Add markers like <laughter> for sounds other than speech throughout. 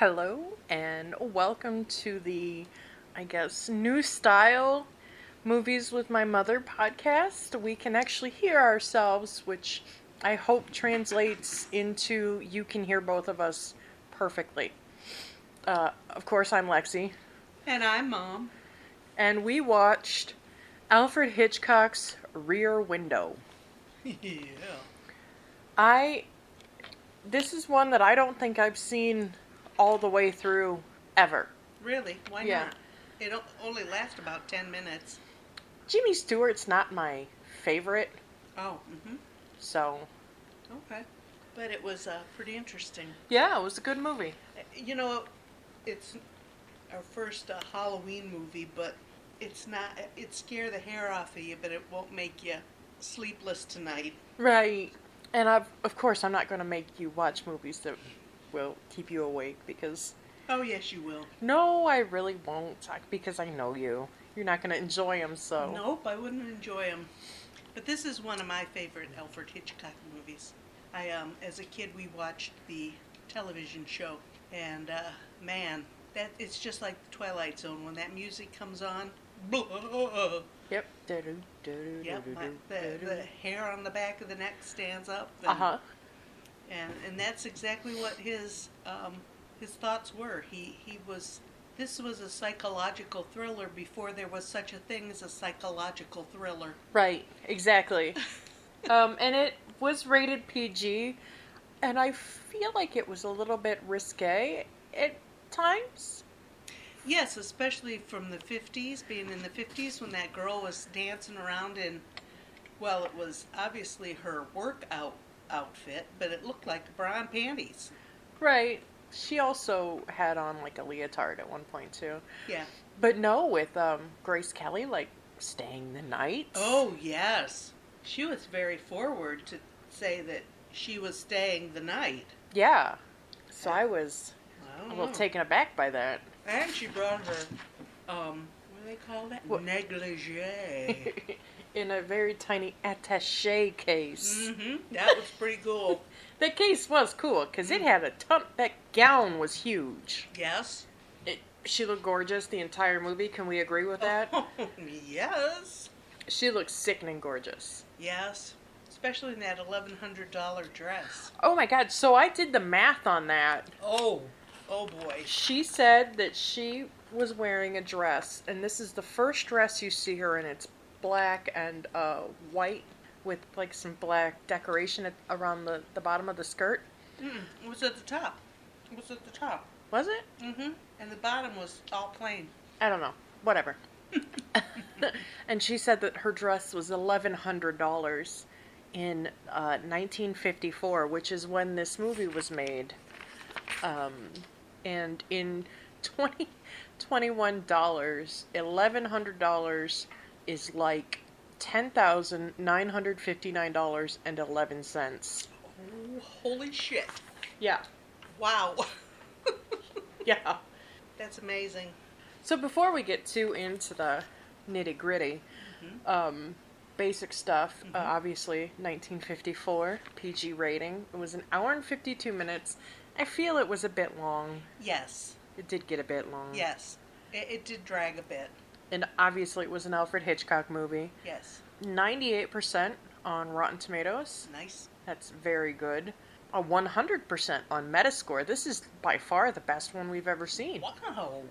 Hello and welcome to the, I guess, new style Movies with My Mother podcast. We can actually hear ourselves, which I hope translates into you can hear both of us perfectly. Uh, of course, I'm Lexi, And I'm mom. and we watched Alfred Hitchcock's Rear <laughs> Window. yeah. I this is one that I don't think I've seen all the way through ever. Really? Why Yeah. not? It o- only lasts about 10 minutes. Jimmy Stewart's not my favorite, Oh, hmm so Okay. But it was uh, pretty interesting. yeah, it was a good movie. Uh, You know, it's our first uh, Halloween movie, but it's not, it scare the hair off of you, but it won't make you sleepless tonight. Right. And I've, of course, I'm not going to make you watch movies that will keep you awake because Oh, yes, you will. no, I really won't I- because I know you. You're not going to enjoy them, so Nope, I wouldn't enjoy them. But this is one of my favorite Alfred Hitchcock movies. I, um, as a kid, we watched the television show, and uh, man, that it's just like the Twilight Zone when that music comes on. <laughs> Blah. yep. Do-do, do-do, Yep, do-do, my, the, do-do. the hair on the back of the neck stands up. and- Uh-huh. and and that's exactly what his um, his thoughts were. He he was this was a psychological thriller before there was such a thing as a psychological thriller. Right. Exactly. um, and it was rated PG, and I feel like it was a little bit risque at times. Yes, especially from the 50s, being in the 50s when that girl was dancing around in, well, it was obviously her workout outfit, but it looked like bra and panties. Right. She also had on like a leotard at one point too. Yeah. But no, with um, Grace Kelly like staying the night. Oh, yes. She was very forward to say that she was staying the night. yeah. So I was I a don't little know. taken aback by that. And she brought her, um, what do they call that? What? Negligee. <laughs> In a very tiny attaché case. mm-hmm. That was pretty cool. The case was cool because it had a ton. That gown was huge. Yes. It, she looked gorgeous the entire movie. Can we agree with that? <laughs> yes. <laughs> She looked sickening gorgeous. Yes, especially in that eleven hundred dollar dress. Oh my god! So I did the math on that. Oh, oh boy. She said that she was wearing a dress, and this is the first dress you see her in. It's black and uh, white with like some black decoration at, around the, the bottom of the skirt. Mm-mm. It was at the top. It was at the top. Was it? Mm-hmm. And the bottom was all plain. I don't know. Whatever. <laughs> and she said that her dress was $1,100 in uh, 1954, which is when this movie was made. Um, and in 20, $21, $1,100 is like $10,959.11. Oh, holy shit! Yeah. Wow, <laughs> Yeah. that's amazing. So before we get too into the nitty gritty, um, basic stuff, uh, obviously 1954 PG rating. It was an hour and 52 minutes. I feel it was a bit long. Yes, It did get a bit long. yes. It, it did drag a bit. And obviously it was an Alfred Hitchcock movie. Yes, 98% on Rotten Tomatoes. nice. That's very good. A 100% on Metascore. This is by far the best one we've ever seen. Wow.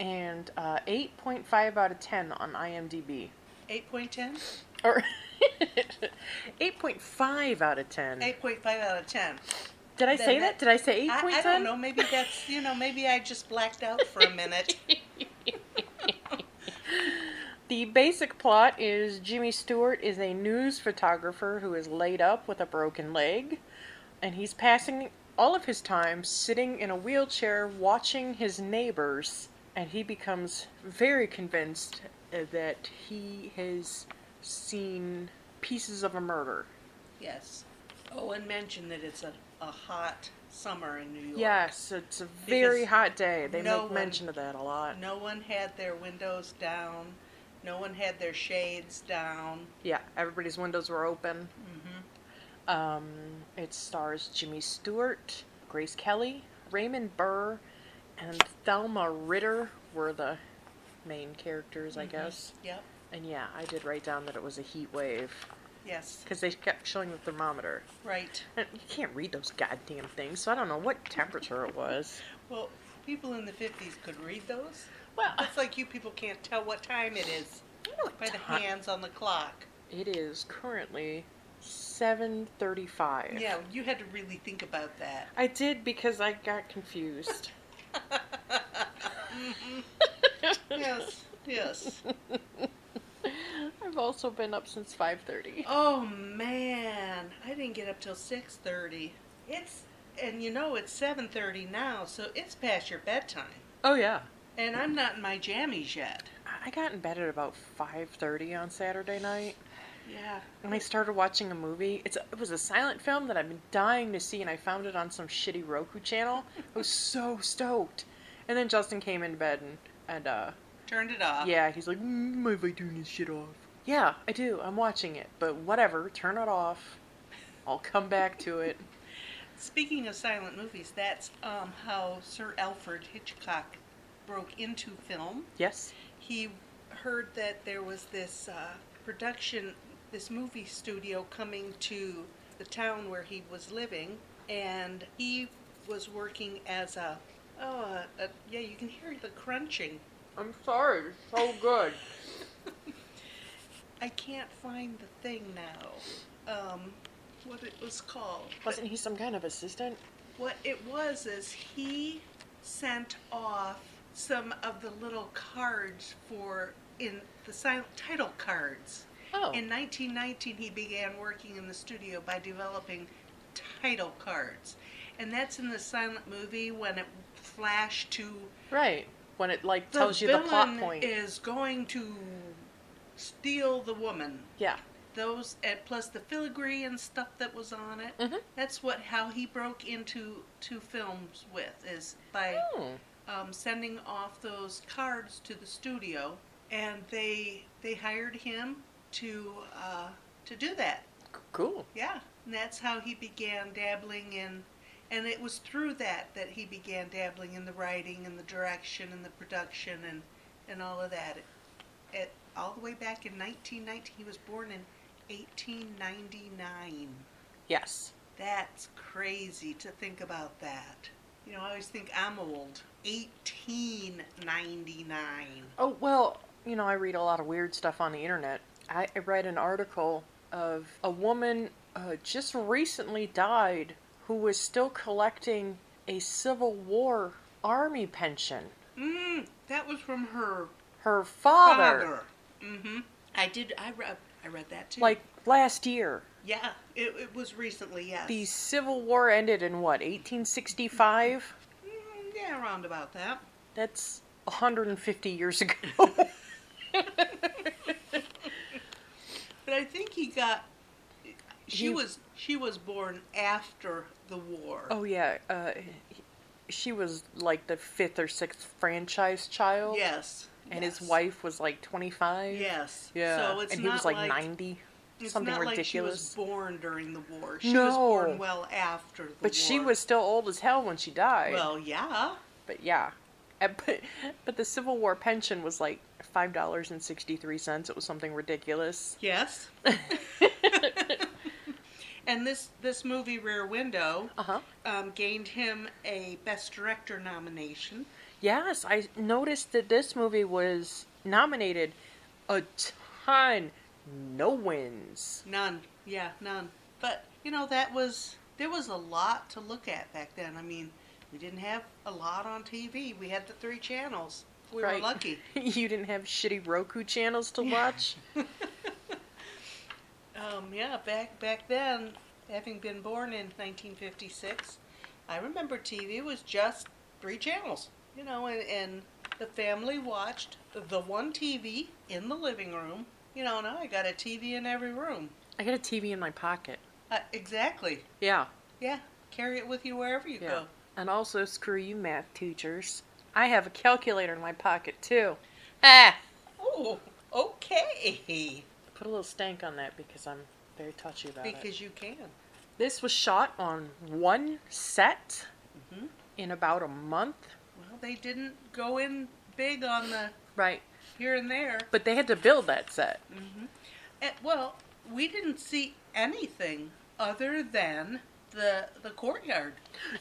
And uh, 8.5 out of 10 on IMDb. Eight point ten. or <laughs> 8.5 out of 10. Eight point five out of ten. Did I Then say that? that- Did I say 8.10? I, I don't know. Maybe that's you know. Maybe I just blacked out for a minute. The basic plot is Jimmy Stewart is a news photographer who is laid up with a broken leg, and he's passing all of his time sitting in a wheelchair watching his neighbors, and he becomes very convinced uh, that he has seen pieces of a murder. Yes. Owen mentioned that it's a, a hot summer in New York. Yes, it's a very Because hot day. They no make one- mention of that a lot. No one had their windows down. No one had their shades down. Yeah, everybody's windows were open. Mm-hmm. Um, it stars Jimmy Stewart, Grace Kelly, Raymond Burr and Thelma Ritter were the main characters, I guess. Yep. And yeah, I did write down that it was a heat wave Yes. because they kept showing the thermometer. Right. And you can't read those goddamn things, so I don't know what temperature it was. Well, people in the 50s could read those. <laughs> Well, It's like you people can't tell what time it is you know what by the time- hands on the clock. It is currently 7:35. Yeah, you had to really think about that. I did because I got confused. yes, yes. I've also been up since 5:30. Oh man, I didn't get up till 6:30. It's and you know it's 7:30 now, so it's past your bedtime. Oh yeah. And I'm not in my jammies yet. I I got in bed at about 5:30 on Saturday night. Yeah. And I started watching a movie. It's a, it was a silent film that I've been dying to see, and I found it on some shitty Roku channel. I was so stoked. And then Justin came in bed and and uh Turned it off. yeah, he's like, mm, "Mind if I turn this shit off?" Yeah, I do. I'm watching it, but whatever. Turn it off. I'll come back to it. Speaking of silent movies, that's um, how Sir Alfred Hitchcock broke into film. <laughs> Yes. He heard that there was this uh, production, this movie studio coming to the town where he was living, and he was working as a. Oh, a, a, yeah, you can hear the crunching. I'm sorry. It's so good. I can't find the thing now. Um, what it was called. But- Wasn't he some kind of assistant? What it was is he sent off some of the little cards for in the sil title cards. Oh. In 1919, he began working in the studio by developing title cards, and that's in the silent movie when it flashed to right. When it like the tells you the villain plot point. is going to steal the woman. yeah. Those and plus the filigree and stuff that was on it. Mhm. That's what how he broke into to films with is by Oh. um, sending off those cards to the studio, and they they hired him to uh, to do that. c- Cool. Yeah, and that's how he began dabbling in, and it was through that that he began dabbling in the writing and the direction and the production and and all of that. It, it all the way back in 1919. He was born in 1899. Yes. That's crazy to think about that. You know, I always think I'm old. 1899. Oh, well, you know, I read a lot of weird stuff on the internet. I, I read an article of a woman uh, just recently died who was still collecting a Civil War Army pension. Mm, that was from her Her father, Mm-hmm. I did. I read. I read that too. like last year, yeah, it, it was recently. Yes. the Civil War ended in what, 1865? Mm, yeah, around about that. That's 150 years ago. <laughs> But I think he got. She He- was. She was born after the war. oh, yeah. Uh, he- she was like the fifth or sixth franchise child. Yes. and his yes, wife was like 25. Yes. Yeah. So it's and he not was like, like 90. It's something not like she was ridiculous. born during the war. She was No. born well after the war. but she was still old as hell when she died. Well, yeah. but yeah. And- <laughs> But, but the Civil War pension was like $5.63. It was something ridiculous. <laughs> Yes. <laughs> and this this movie Rear Window Uh huh. um, gained him a Best Director nomination. Yes, I noticed that this movie was nominated a ton. No wins. None. Yeah, none. But you know that was there was a lot to look at back then. I mean, we didn't have a lot on TV. We had the three channels. We were Right. lucky. <laughs> you didn't have shitty Roku channels to watch? Um, yeah, back back then, having been born in 1956, I remember TV was just three channels, you know, and, and the family watched the one TV in the living room. You know, now I got a TV in every room. I got a TV in my pocket. Uh, exactly. Yeah. Yeah, carry it with you wherever you Yeah. go. And also, screw you, math teachers. I have a calculator in my pocket, too. Ah. Oh, okay. Put a little stank on that because I'm very touchy about it. Because you can. This was shot on one set in about a month. Well, they didn't go in big on the Right. here and there. But they had to build that set. Eh, well, we didn't see anything other than the the courtyard.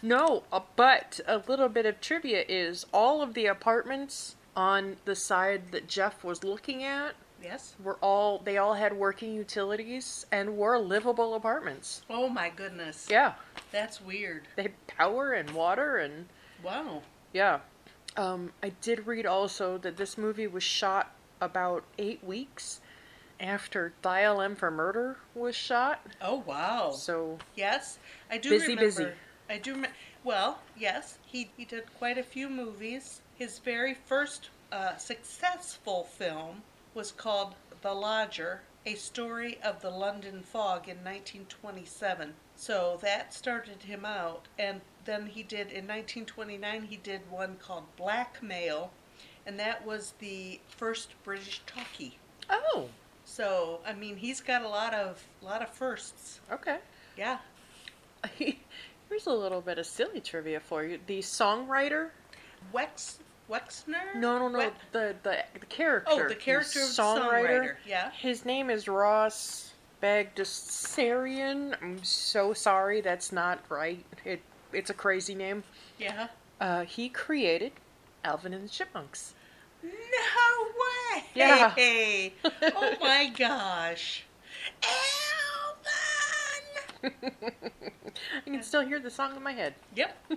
No, uh, but a little bit of trivia is all of the apartments on the side that Jeff was looking at Yes. were all they all had working utilities and were livable apartments. Oh my goodness. Yeah, That's weird. they had power and water and Wow. yeah. Um, I did read also that this movie was shot about eight weeks after Dial M for Murder was shot. Oh wow. So Yes, I do Busy, remember. busy. I do. Rem- well, yes, he he did quite a few movies. His very first uh, successful film was called The Lodger: A Story of the London Fog in 1927. So that started him out, and then he did in 1929 he did one called Blackmail, and that was the first British talkie. oh So I mean he's got a lot of lot of firsts. okay. Yeah. <laughs> Here's a little bit of silly trivia for you. The songwriter Wex Wexner? No, no, no. Wex- The, the the character. Oh, the character of the songwriter. Yeah. His name is Ross Bagdasarian. I'm so sorry, that's not right. It it's a crazy name. Yeah. Uh, he created Alvin and the Chipmunks. <laughs> No way. Yeah. <laughs> oh my gosh. Alvin. I can still hear the song in my head. <laughs> Yep.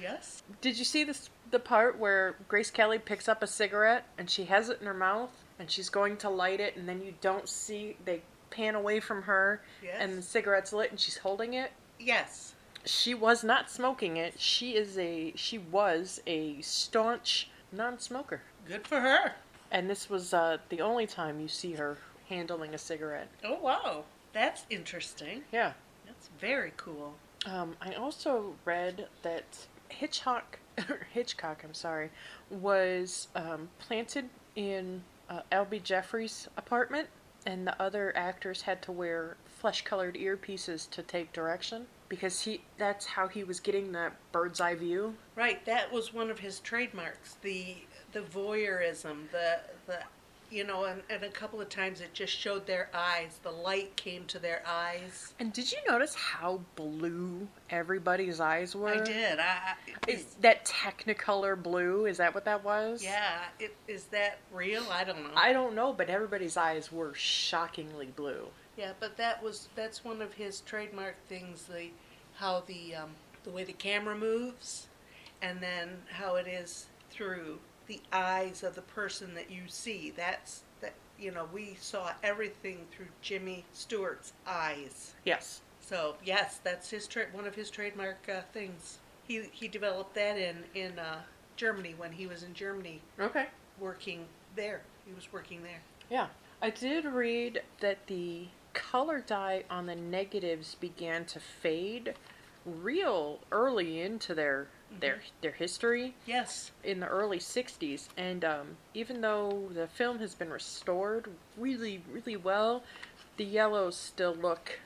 Yes. Did you see this the part where Grace Kelly picks up a cigarette and she has it in her mouth and she's going to light it and then you don't see they pan away from her and the Yes. cigarette's lit and she's holding it? Yes. She was not smoking it. She is a she was a staunch non-smoker, Good for her. and this was uh, the only time you see her handling a cigarette. Oh wow. That's interesting. Yeah. That's very cool. Um, I also read that Hitchcock <laughs> Hitchcock, I'm sorry, was um, planted in uh, Albie Jeffrey's apartment, and the other actors had to wear flesh-colored earpieces to take direction because he that's how he was getting that bird's eye view. Right, that was one of his trademarks. The the voyeurism, the the you know, and, and a couple of times it just showed their eyes. The light came to their eyes. And did you notice how blue everybody's eyes were? I did. I, I Uh, Is that Technicolor blue? Is that what that was? yeah. It, is that real? I don't know. I don't know, but everybody's eyes were shockingly blue. yeah, but that was that's one of his trademark things. The how the um, the way the camera moves, and then how it is through the eyes of the person that you see. That's that you know we saw everything through Jimmy Stewart's eyes. Yes. So yes, that's his tra- one of his trademark uh, things. He he developed that in in uh, Germany when he was in Germany Okay. working there. He was working there. Yeah. I did read that the color dye on the negatives began to fade real early into their their Mm-hmm. their history Yes. in the early 60s and um, even though the film has been restored really really well the yellows still look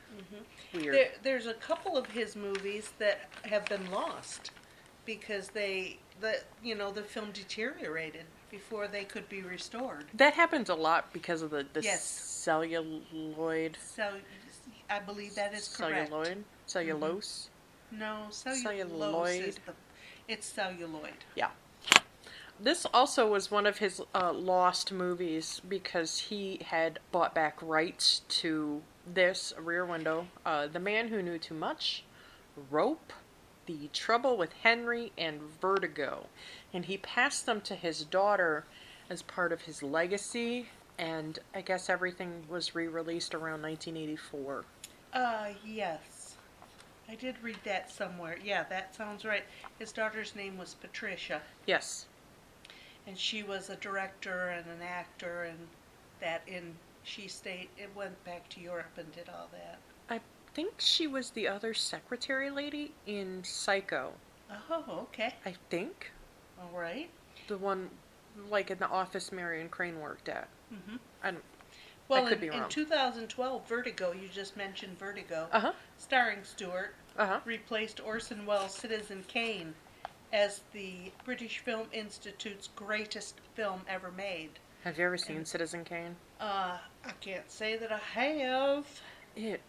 weird Mm-hmm. There, there's a couple of his movies that have been lost because they the you know the film deteriorated before they could be restored. that happens a lot because of the, the Yes. celluloid So I believe that is correct. celluloid cellulose No, cellulose Celluloid. is the it's celluloid. yeah this also was one of his uh, lost movies because he had bought back rights to this rear window uh, the man who knew too much rope the trouble with henry and vertigo and he passed them to his daughter as part of his legacy and i guess everything was re-released around 1984 Uh yes. I did read that somewhere. Yeah, that sounds right. His daughter's name was Patricia. yes and she was a director and an actor and that in she stayed it went back to Europe and did all that. I think she was the other secretary lady in Psycho. Oh, okay. I think All right. the one, like in the office Marion Crane worked at. Mhm. I don't. Well, could in, be wrong. in 2012 Vertigo, you just mentioned Vertigo, Uh huh. starring Stewart, Uh-huh. replaced Orson Welles' Citizen Kane as the British Film Institute's greatest film ever made. Have you ever seen Citizen Kane? Uh, I can't say that I have. It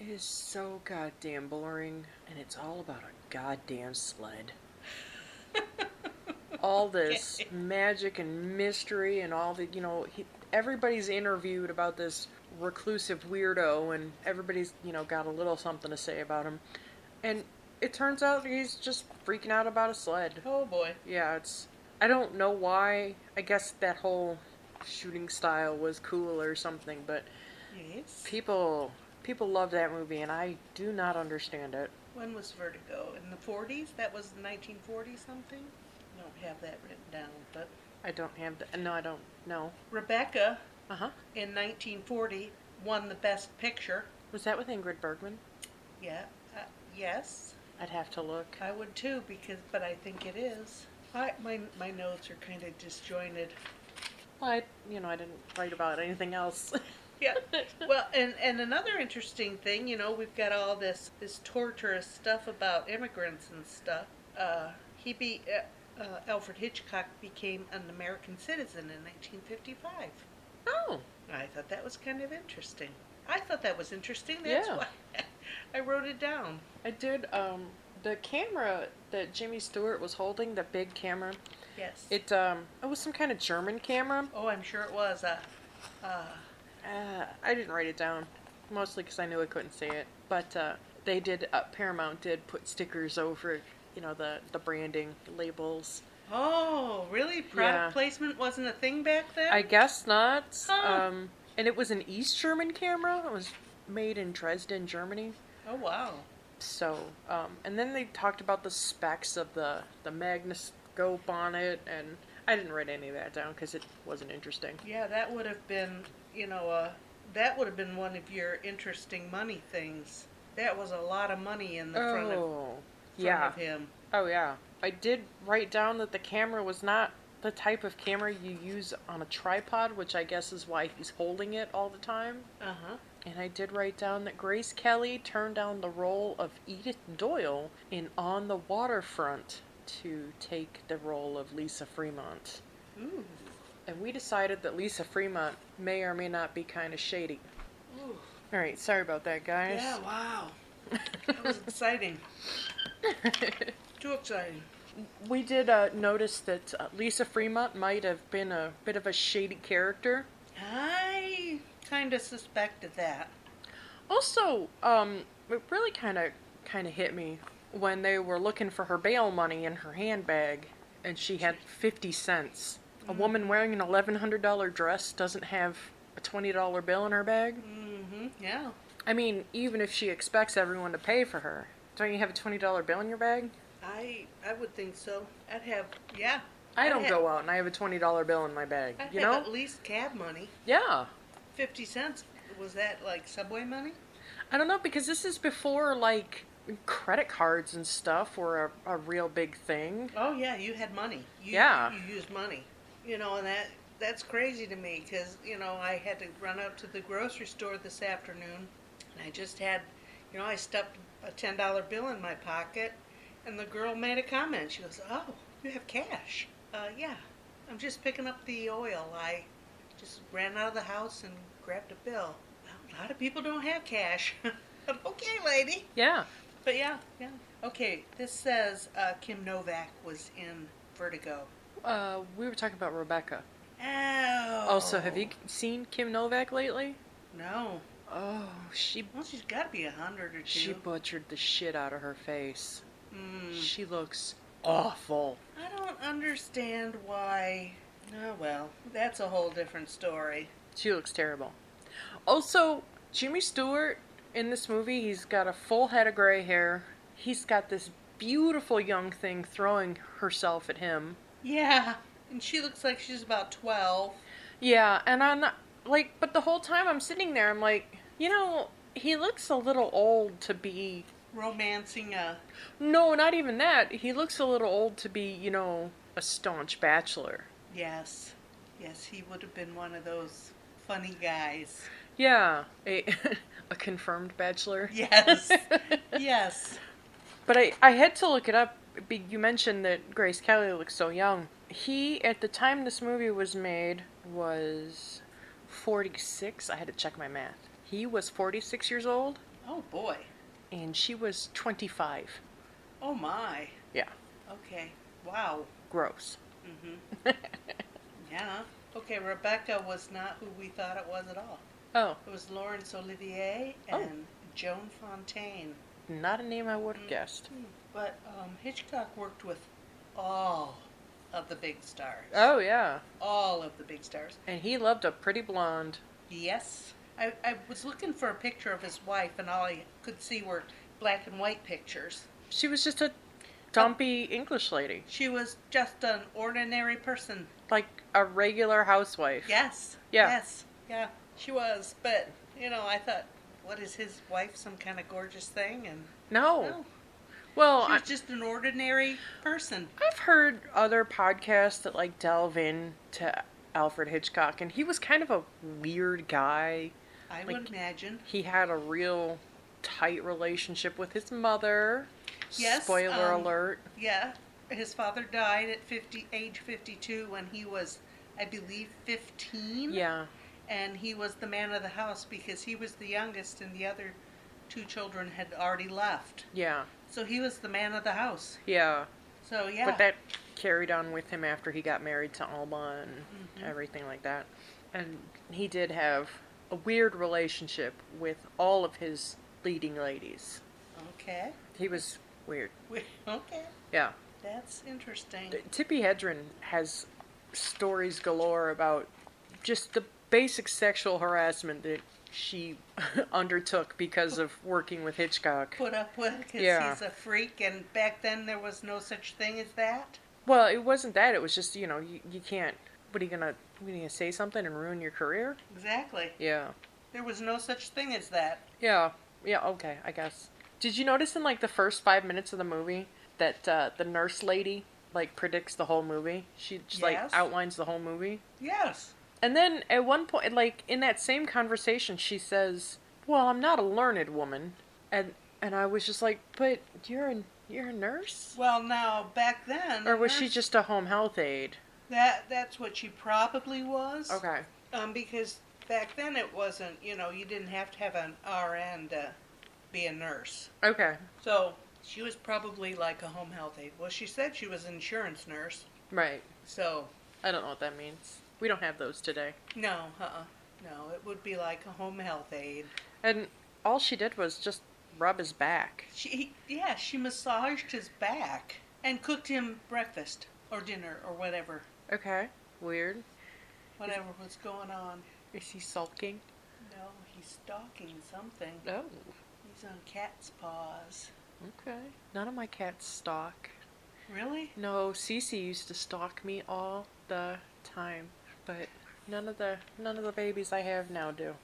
is so goddamn boring, and it's all about a goddamn <laughs> sled. all this Okay. magic and mystery, and all the you know, he, everybody's interviewed about this reclusive weirdo, and everybody's you know got a little something to say about him, and it turns out he's just freaking out about a sled. Oh boy. Yeah, it's. I don't know why. I guess that whole shooting style was cool or something, but Yes. People people love that movie and I do not understand it. When was Vertigo? In the 40s? That was 1940 something? I don't have that written down, but I don't have the, no, I don't know. Rebecca Uh-huh. in 1940 won the Best Picture. Was that with Ingrid Bergman? Yeah, uh, yes, I'd have to look. I would too because, but I think it is. I, my my notes are kind of disjointed. Well, I, you know, I didn't write about anything else. <laughs> Yeah. Well, and and another interesting thing, you know, we've got all this this torturous stuff about immigrants and stuff. Uh, he be uh, uh, Alfred Hitchcock became an American citizen in 1955. oh. I thought that was kind of interesting. I thought that was interesting. That's Yeah. why <laughs> I wrote it down. I did um the camera that Jimmy Stewart was holding, the big camera. Yes. It um it was some kind of German camera. oh, I'm sure it was. Uh, uh, Uh, I didn't write it down, mostly because I knew I couldn't say it. But uh, they did. Uh, Paramount did put stickers over, you know, the the branding labels. oh, really? Product Yeah. placement wasn't a thing back then. I guess not. Huh. Um, and it was an East German camera. It was made in Dresden, Germany. oh wow. So, um, and then they talked about the specs of the the magnoscope on it, and I didn't write any of that down because it wasn't interesting. Yeah, that would have been, you know, uh, that would have been one of your interesting money things. That was a lot of money in the front, of, front oh, yeah. of him. Oh yeah, I did write down that the camera was not the type of camera you use on a tripod, which I guess is why he's holding it all the time. Uh huh. And I did write down that Grace Kelly turned down the role of Edith Doyle in On the Waterfront to take the role of Lisa Fremont. Ooh. And we decided that Lisa Fremont may or may not be kind of shady. Ooh. All right, sorry about that, guys. Yeah, wow. <laughs> That was exciting. Too exciting. We did uh, notice that uh, Lisa Fremont might have been a bit of a shady character. I kind of suspected that. Also, um, it really kind of kind of hit me when they were looking for her bail money in her handbag, and she had fifty cents. A woman wearing an eleven hundred dollar dress doesn't have a twenty dollar bill in her bag. Mm-hmm. Yeah. I mean, even if she expects everyone to pay for her, don't you have a twenty dollar bill in your bag? I I would think so. I'd have yeah. I I'd don't have- go out and I have a twenty dollar bill in my bag. I'd you have know? at least cab money. Yeah. Fifty cents. Was that like subway money? I don't know because this is before like credit cards and stuff were a, a real big thing. Oh yeah, you had money. You, Yeah. you used money. You know, and that that's crazy to me because you know I had to run out to the grocery store this afternoon, and I just had, you know, I stuffed a ten dollar bill in my pocket, and the girl made a comment. She goes, "Oh, you have cash? Uh, yeah. I'm just picking up the oil. I just ran out of the house and grabbed a bill. Well, a lot of people don't have cash. <laughs> But okay, lady." Yeah. But yeah, yeah. Okay, this says uh, Kim Novak was in Vertigo. Uh, we were talking about Rebecca. Oh. Also, have you seen Kim Novak lately? No. Oh, she Well, she's got to be a hundred or two. she butchered the shit out of her face. mm. She looks awful. I don't understand why. Oh well, that's a whole different story. She looks terrible. Also, Jimmy Stewart in this movie, he's got a full head of gray hair. He's got this beautiful young thing throwing herself at him. Yeah, and she looks like she's about twelve. Yeah, and I'm not, like, but the whole time I'm sitting there, I'm like, you know, he looks a little old to be Romancing a No, not even that. He looks a little old to be, you know, a staunch bachelor. yes, yes, he would have been one of those funny guys. <laughs> Yeah, a, <laughs> a confirmed bachelor. Yes. yes. <laughs> But I, I had to look it up. Be- You mentioned that Grace Kelly looks so young. He, at the time this movie was made, was 46. I had to check my math. He was 46 years old, Oh boy. and she was 25. Oh my. Yeah, Okay. Wow. gross. <laughs> hmm Yeah. Okay, Rebecca was not who we thought it was at all. oh, It was Laurence Olivier Oh. and Joan Fontaine. not a name I would have guessed. But um, Hitchcock worked with all of the big stars. Oh, yeah. All of the big stars. And he loved a pretty blonde. Yes. I, I was looking for a picture of his wife, and all I could see were black and white pictures. She was just a dumpy English lady, She was just an ordinary person. like a regular housewife. Yes. Yeah. Yes. Yeah. She was. But, you know, I thought, what is his wife, some kind of gorgeous thing? And No. no. Well, Oh. She I, was just an ordinary person. I've heard other podcasts that like delve into Alfred Hitchcock, and he was kind of a weird guy. I Like- would imagine. He had a real tight relationship with his mother. Yes, Spoiler um, alert. Yeah. His father died at 50, age 52 when he was, I believe, 15. Yeah. And he was the man of the house because he was the youngest and the other two children had already left. Yeah. So he was the man of the house. Yeah. So, yeah. But that carried on with him after he got married to Alma and everything like that. And he did have a weird relationship with all of his leading ladies. Okay. <laughs> He was weird. We- Okay. Yeah. That's interesting. Tippi Hedren has stories galore about just the basic sexual harassment that she <laughs> undertook because of working with Hitchcock. Put up with because Yeah. he's a freak, and back then there was no such thing as that. Well, it wasn't that. It was just you know you, you can't. What are you gonna? What are you gonna say something and ruin your career? Exactly. Yeah. There was no such thing as that. Yeah. Yeah. Okay. I guess. Did you notice in like the first five minutes of the movie that uh, the nurse lady like predicts the whole movie? She just Yes. like outlines the whole movie. Yes. And then at one point, like in that same conversation, she says, "Well, I'm not a learned woman," and and I was just like, "But you're a you're a nurse, Well, now back then, or was she nurse- just a home health aide?" that? That's what she probably was. Okay. Um, because back then it wasn't. You know, you didn't have to have an RN to be a nurse. Okay. So she was probably like a home health aide. Well, she said she was an insurance nurse. Right. So I don't know what that means. We don't have those today. no, uh-uh. no, it would be like a home health aide. And all she did was just rub his back. She, yeah, she massaged his back and cooked him breakfast or dinner or whatever, Okay. Weird. whatever was going on. Is he sulking? No, he's stalking something. Oh. He's on cat's paws. Okay. None of my cats stalk. Really? No, Cece used to stalk me all the time, but none of the none of the babies I have now do.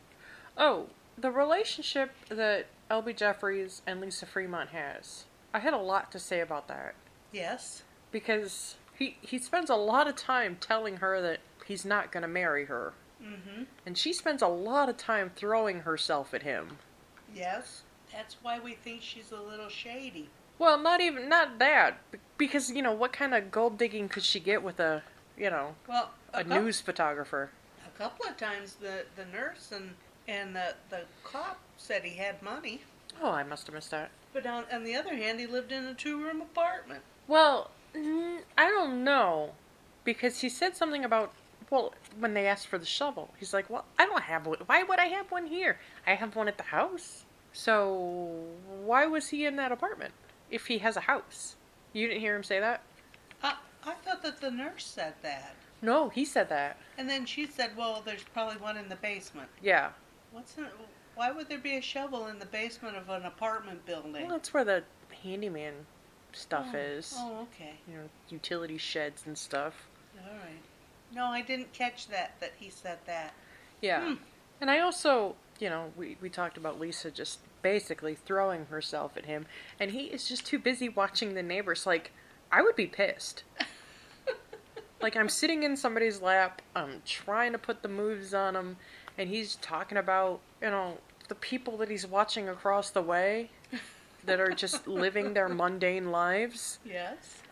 Oh, the relationship that LB Jeffries and Lisa Fremont has. I had a lot to say about that Yes. because he he spends a lot of time telling her that he's not going to marry her, Mm-hmm. and she spends a lot of time throwing herself at him. Yes. That's why we think she's a little shady. Well, not even not that b- because you know what kind of gold digging could she get with a you know Well, a cou- news photographer? a couple of times the, the nurse and, and the, the cop said he had money. Oh, I must have missed that. But on, on the other hand, he lived in a two room apartment. Well, mm, I don't know because he said something about well when they asked for the shovel, he's like, "Well, I don't have one. Why would I have one here? I have one at the house." So why was he in that apartment if he has a house? You didn't hear him say that? I, I thought that the nurse said that. No, he said that. And then she said, well, there's probably one in the basement. Yeah. What's in, Why would there be a shovel in the basement of an apartment building? Well, that's where the handyman stuff Oh, is. Oh, okay. You know, utility sheds and stuff. All right. No, I didn't catch that, that he said that. Yeah. Hmm. And I also, you know, we, we talked about Lisa just basically throwing herself at him, and he is just too busy watching the neighbors. Like, I would be pissed. like, I'm sitting in somebody's lap, I'm trying to put the moves on him, and he's talking about you know the people that he's watching across the way that are just living their mundane lives. Yes.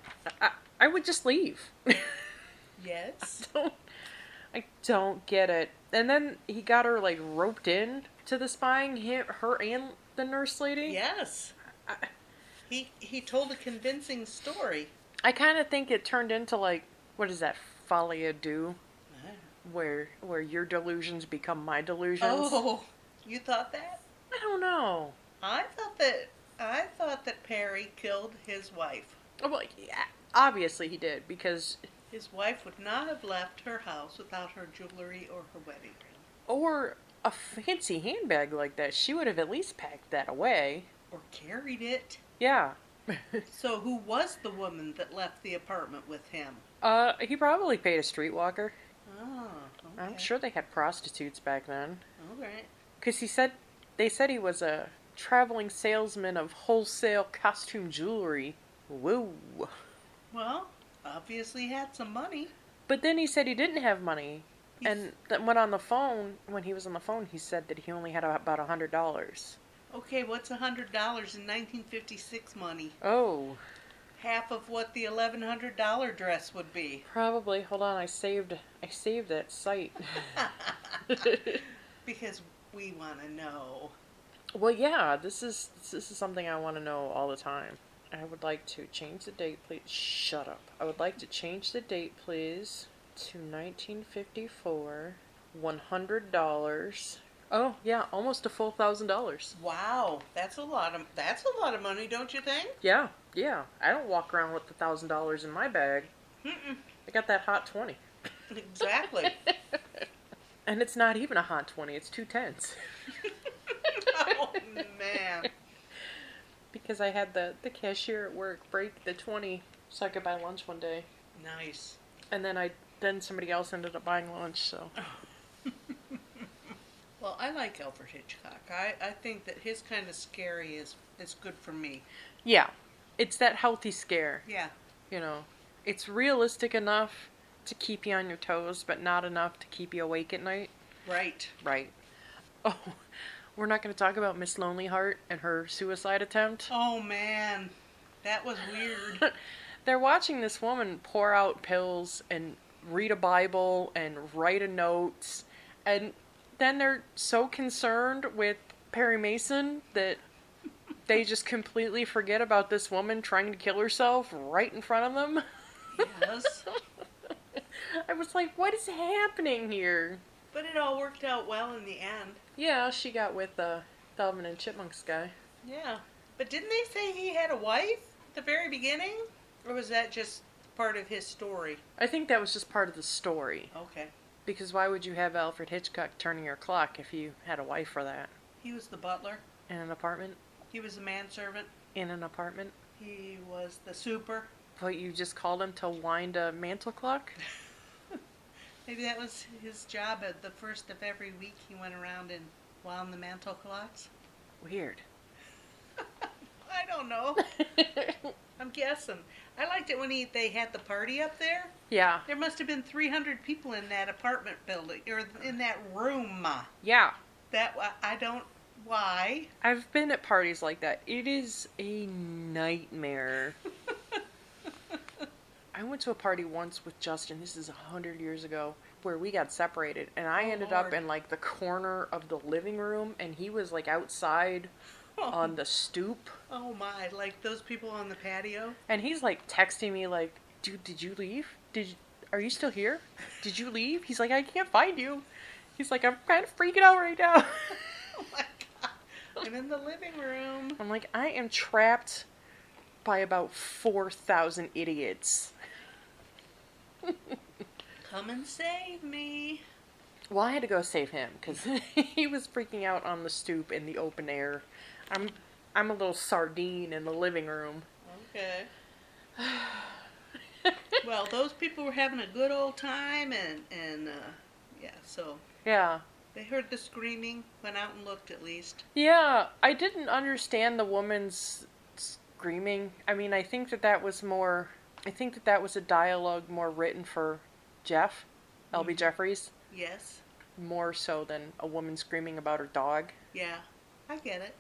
I, I would just leave. Yes. don't- I don't get it. And then he got her like roped in to the spying him, her and the nurse lady. <laughs> Yes. I- He he told a convincing story. I kind of think it turned into like what is that folia do where where your delusions become my delusions. Oh, you thought that? I don't know. I thought that I thought that Perry killed his wife. Well, yeah, obviously he did because His wife would not have left her house without her jewelry or her wedding ring or a fancy handbag like that, she would have at least packed that away. or carried it. Yeah. So who was the woman that left the apartment with him? uh, he probably paid a streetwalker. Oh, okay. I'm sure they had prostitutes back then. All right. Because he said, they said he was a traveling salesman of wholesale costume jewelry. Woo. Well, obviously had some money. But then he said he didn't have money. He's- And then when on the phone, when he was on the phone, he said that he only had about a hundred dollars. okay, what's a hundred dollars in 1956 money? Oh, Half of what the $1,100 dress would <laughs> be. probably. Hold on, I saved, I saved that site. <laughs> because we want to know. well, yeah, this is this is something I want to know all the time. I would like to change the date, please. Shut up. I would like to change the date, please, to 1954. One hundred dollars. Oh yeah, almost a full thousand dollars. Wow, that's a lot of that's a lot of money, don't you think? Yeah, yeah. I don't walk around with a thousand dollars in my bag. Mm-mm. I got that hot twenty. <laughs> Exactly. <laughs> And it's not even a hot twenty. It's two tens. <laughs> oh man. Because I had the the cashier at work break the twenty so I could buy lunch one day. Nice. and then I then somebody else ended up buying lunch. So Well, I like Alfred Hitchcock. I, I think that his kind of scary is is good for me. yeah, it's that healthy scare. Yeah. You know, it's realistic enough to keep you on your toes, but not enough to keep you awake at night. Right. Right. Oh, <laughs> we're not going to talk about Miss Lonely Heart and her suicide attempt. Oh man. That was weird. <laughs> They're watching this woman pour out pills and read a Bible and write a note, and then they're so concerned with Perry Mason that they just completely forget about this woman trying to kill herself right in front of them. <laughs> yes. I was like, what is happening here? But it all worked out well in the end. Yeah, she got with the uh, Thelman and Chipmunks guy. Yeah. But didn't they say he had a wife at the very beginning? Or was that just part of his story? I think that was just part of the story. Okay. Because why would you have Alfred Hitchcock turning your clock if you had a wife for that? He was the butler. In an apartment? He was a manservant. In an apartment? He was the super. But you just called him to wind a mantle clock? Maybe that was his job at the first of every week. He went around and wound the mantle clocks. <laughs> Weird. I don't know. I'm guessing. I liked it when he they had the party up there. yeah, There must have been 300 people in that apartment building or in that room. yeah. That I don't why. <laughs> I've been at parties like that. It is a nightmare. I went to a party once with Justin, this is a hundred years ago, where we got separated and I Oh, ended up Lord. in like the corner of the living room and he was like outside on the stoop. oh my! Like those people on the patio. <laughs> And he's like texting me like, "Dude, did you leave? Did you, are you still here? Did you leave?" He's like, "I can't find you." He's like, "I'm kind of freaking out right now." <laughs> Oh my god! I'm in the living room. I'm like, "I am trapped by about 4,000 idiots." Come and save me. Well, I had to go save him cuz <laughs> he was freaking out on the stoop in the open air. I'm I'm a little sardine in the living room. Okay. well, those people were having a good old time, and and uh, yeah, so Yeah. they heard the screaming, went out and looked at least. Yeah, I didn't understand the woman's screaming. I mean, I think that that was more. I think that that was a dialogue more written for Jeff, L.B. Jeffries, Yes, more so than a woman screaming about her dog, Yeah, I get it.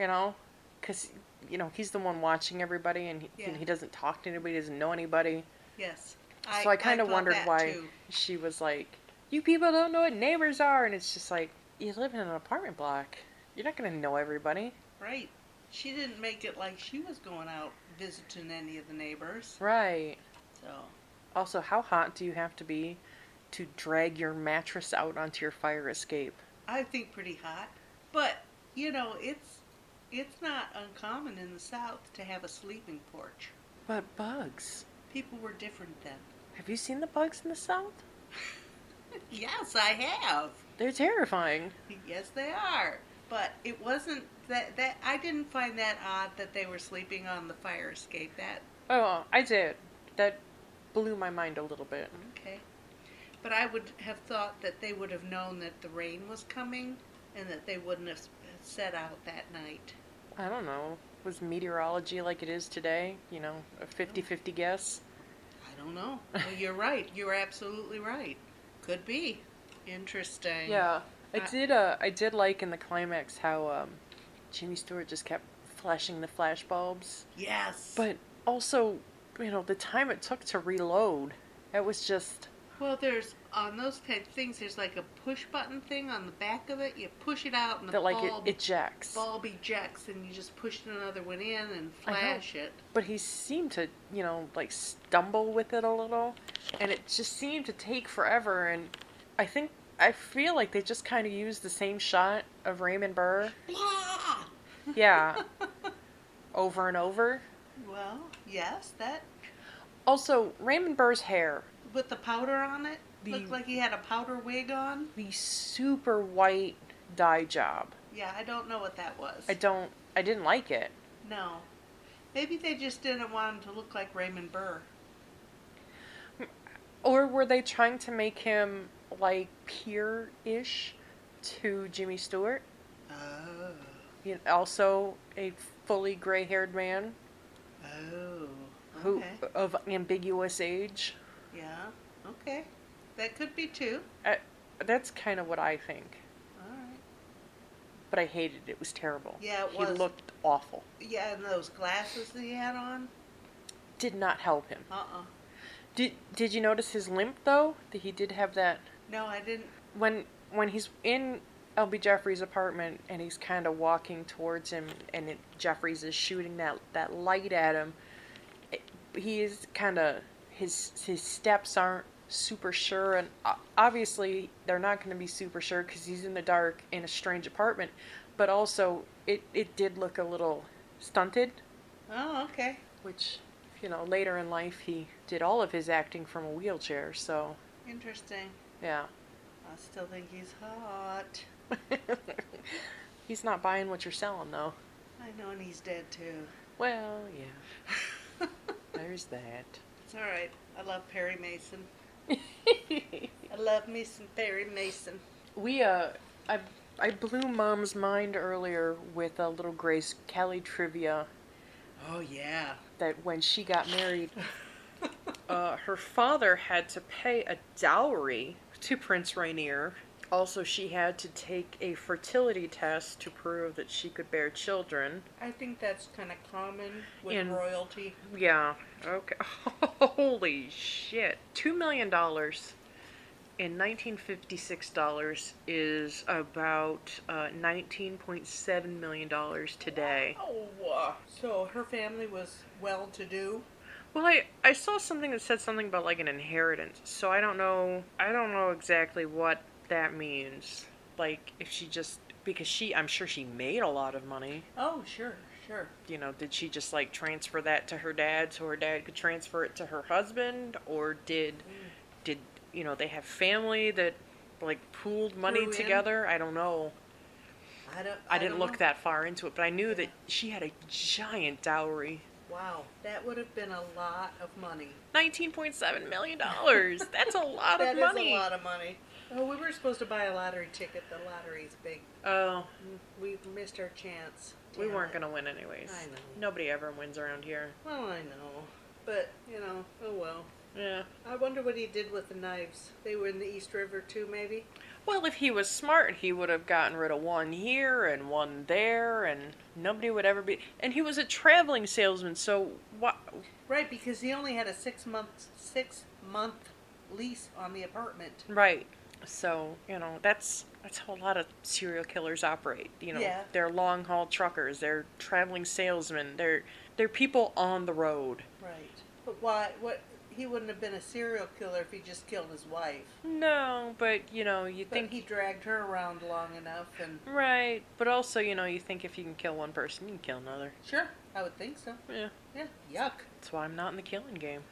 you know? Because, you know, he's the one watching everybody and he, Yeah. he doesn't talk to anybody, doesn't know anybody. Yes. so I kind of thought wondered that why too. she was like, "You people don't know what neighbors are," and it's just like you live in an apartment block. You're not gonna know everybody, Right. She didn't make it like she was going out visiting any of the neighbors. right? So Also, how hot do you have to be to drag your mattress out onto your fire escape? I think pretty hot. But you know, it's it's not uncommon in the South to have a sleeping porch. But bugs. People were different then. <laughs> Have you seen the bugs in the south? yes, I have. They're terrifying. Yes, they are. But it wasn't that that I didn't find that odd that they were sleeping on the fire escape. That Oh, I did. That blew my mind a little bit. Okay. But I would have thought that they would have known that the rain was coming and that they wouldn't have s- set out that night. I don't know. Was meteorology like it is today? You know, a 50-50 guess. I <laughs> don't know. Well, you're right. You're absolutely right. Could be. Interesting. Yeah, I I- did. Uh, I did like in the climax how um, Jimmy Stewart just kept flashing the flashbulbs, Yes. but also, you know, the time it took to reload, it was just well, there's on those type things. There's like a push button thing on the back of it. You push it out, and the that like bulb it ejects. bulb ejects, and you just push another one in and I know. flash it. But he seemed to, you know, like stumble with it a little, and it just seemed to take forever. And I think I feel like they just kind of used the same shot of Raymond Burr, Blah! <laughs> yeah, over and over. well, yes, that Also, Raymond Burr's hair with the powder on it. The- Looked like he had a powder wig on. the super white dye job. Yeah, I don't know what that was. I don't. I didn't like it. no. Maybe they just didn't want him to look like Raymond Burr. Or were they trying to make him like peer-ish to Jimmy Stewart? Oh. You know, also a fully gray-haired man Oh. who Okay. of ambiguous age. Yeah. Okay. That could be too. I, that's kind of what I think. All right. But I hated it. It was terrible. Yeah, it he was. looked awful. Yeah, and those glasses that he had on. Did not help him. Uh uh Did Did you notice his limp though? That he did have that No, I didn't. when when he's in LB Jeffrey's apartment and he's kind of walking towards him and it, Jeffries is shooting that that light at him it, he is kind of his his steps aren't super sure and o- obviously they're not going to be super sure cuz he's in the dark in a strange apartment but also it it did look a little stunted Oh, okay. which you know later in life he did all of his acting from a wheelchair so Interesting. yeah I still think he's hot. <laughs> He's not buying what you're selling, though. I know, and he's dead too. Well, yeah, <laughs> there's that. It's all right. I love Perry <laughs> Mason. I love me some Perry Mason. we, uh, I, I blew mom's mind earlier with a little Grace Kelly trivia Oh yeah. that when she got <laughs> married, uh, her father had to pay a dowry to Prince Rainier. Also, she had to take a fertility test to prove that she could bear children. I think that's kind of common with In- royalty. Yeah. Okay. <laughs> Holy shit. Two million dollars in nineteen fifty six dollars is about uh, nineteen point seven million dollars today. Oh, so her family was well-to-do. Well, I, I saw something that said something about like an inheritance. So I don't know. I don't know exactly what that means. Like if she just because she I'm sure she made a lot of money. Oh, sure, sure. you know, did she just like transfer that to her dad so her dad could transfer it to her husband or did did you know, they have family that like pooled money Threw in. together? I don't know. I don't. I, didn't don't look know. that far into it, but I knew that Yeah. she had a giant dowry. Wow, that would have been a lot of money. Nineteen point seven million <laughs> dollars. That's a lot That of is money. a lot of money. Oh, we were supposed to buy a lottery ticket. The lottery's big. Oh, We missed our chance. we Damn weren't it. gonna win anyways. I know. Nobody ever wins around here. Well, I know, but you know, oh well. Yeah. I wonder what he did with the knives. They were in the East River too, maybe. Well, if he was smart, he would have gotten rid of one here and one there, and nobody would ever be. And he was a traveling salesman, so what? Right, because he only had a six month six month lease on the apartment. Right. So you know that's that's how a lot of serial killers operate. You know, Yeah. they're long haul truckers, they're traveling salesmen, they're they're people on the road. Right. But why? What? He wouldn't have been a serial killer if he just killed his wife. No, but you know you But think he dragged her around long enough, and right, but also you know you think if you can kill one person, you can kill another. sure, I would think so. Yeah, Yeah. Yuck. that's why I'm not in the killing game.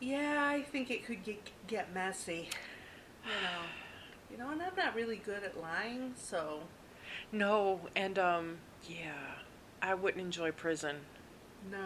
Yeah, I think it could get get messy. You know. You know, and I'm not really good at lying, so No, and um, yeah, I wouldn't enjoy prison. no.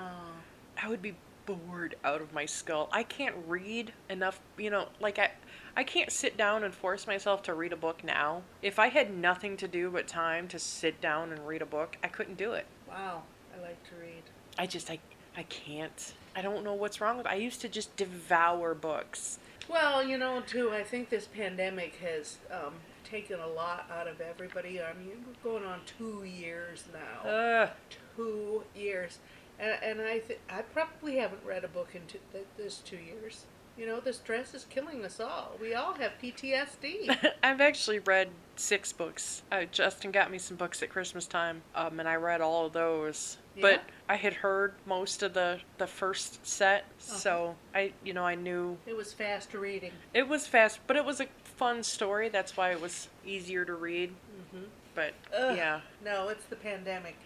I would be bored out of my skull. I can't read enough, you know, like I I can't sit down and force myself to read a book now. If I had nothing to do but time to sit down and read a book, I couldn't do it. Wow, I like to read. I just I I can't. I don't know what's wrong with I used to just devour books. Well, you know, too, I think this pandemic has um, taken a lot out of everybody. I mean, we're going on two years now. Ugh. two years, and, and I th- I probably haven't read a book in two, th- this two years. You know, the stress is killing us all. We all have PTSD. <laughs> I've actually read six books. Uh, Justin got me some books at Christmas time, um, and I read all of those. But Yeah. I had heard most of the the first set, Uh-huh. so I you know I knew it was fast reading. it was fast, but it was a fun story. That's why it was easier to read. hmm But Ugh. yeah, No, it's the pandemic.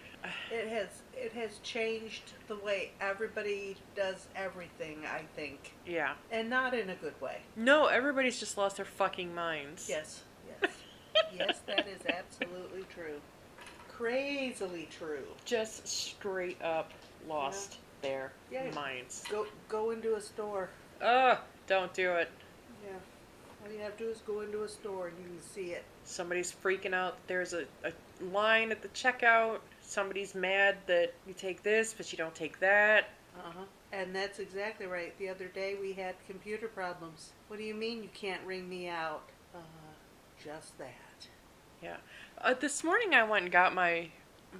It has it has changed the way everybody does everything. I think, yeah. and not in a good way. No, everybody's just lost their fucking minds. Yes, yes, yes. That is absolutely true. Crazily true. Just straight up lost their Yeah. minds. Go go into a store. Ugh, don't do it. Yeah. All you have to do is go into a store and you can see it. Somebody's freaking out. There's a, a line at the checkout. Somebody's mad that you take this, but you don't take that. Uh-huh. And that's exactly right. The other day we had computer problems. What do you mean you can't ring me out? Uh, just that. Uh, this morning I went and got my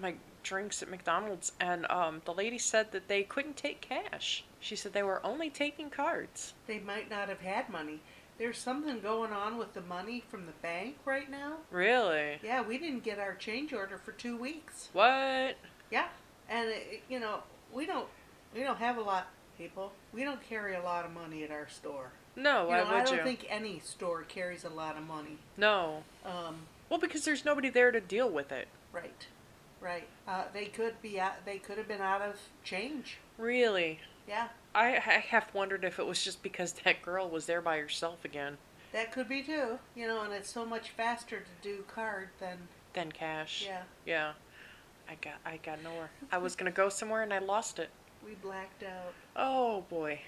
my drinks at McDonald's, and um, the lady said that they couldn't take cash. She said they were only taking cards. They might not have had money. There's something going on with the money from the bank right now. Really? Yeah, we didn't get our change order for 2 weeks. What? Yeah. And it, you know, we don't we don't have a lot people. We don't carry a lot of money at our store. No, Oh, You why know, I would don't you? think any store carries a lot of money. no. Um, Well, because there's nobody there to deal with it. Right, right. Uh, they could be out, they could have been out of change. Really. Yeah, I, I half wondered if it was just because <laughs> that girl was there by herself again. that could be too. You know, and it's so much faster to do card than Then cash. yeah. Yeah. I got I got nowhere. I was gonna go somewhere and I lost it. We blacked out. Oh boy.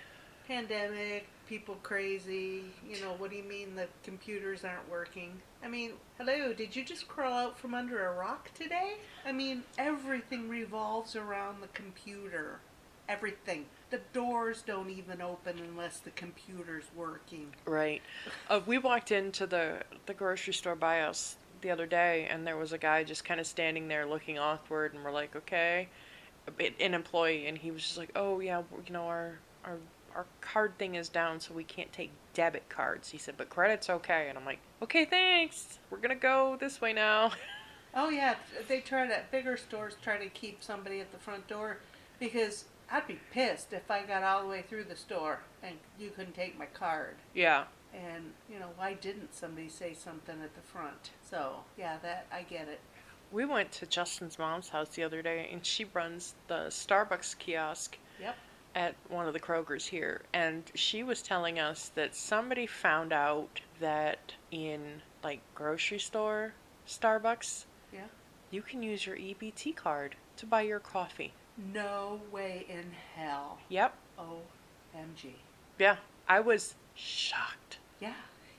Pandemic, people crazy. You know, what do you mean the computers aren't working? I mean, hello, did you just crawl out from under a rock today? I mean, everything revolves around the computer. Everything. The doors don't even open unless the computer's working. Right. Uh, we walked into the the grocery store by us the other day, and there was a guy just kind of standing there looking awkward, and we're like, okay, A bit- an employee, and he was just like, oh yeah, you know our our our card thing is down, so we can't take debit cards. He said, but credit's okay, and I'm like, okay, thanks. We're gonna go this way now. <laughs> Oh yeah, they try to bigger stores try to keep somebody at the front door because I'd be pissed if I got all the way through the store and you couldn't take my card. yeah. And you know why didn't somebody say something at the front? So yeah, that I get it. We went to Justin's mom's house the other day, and she runs the Starbucks kiosk Yep. at one of the Kroger's here. And she was telling us that somebody found out that in like grocery store Starbucks, Yeah. you can use your EBT card to buy your coffee. No way in hell. Yep. OMG. Yeah. I was shocked. Yeah.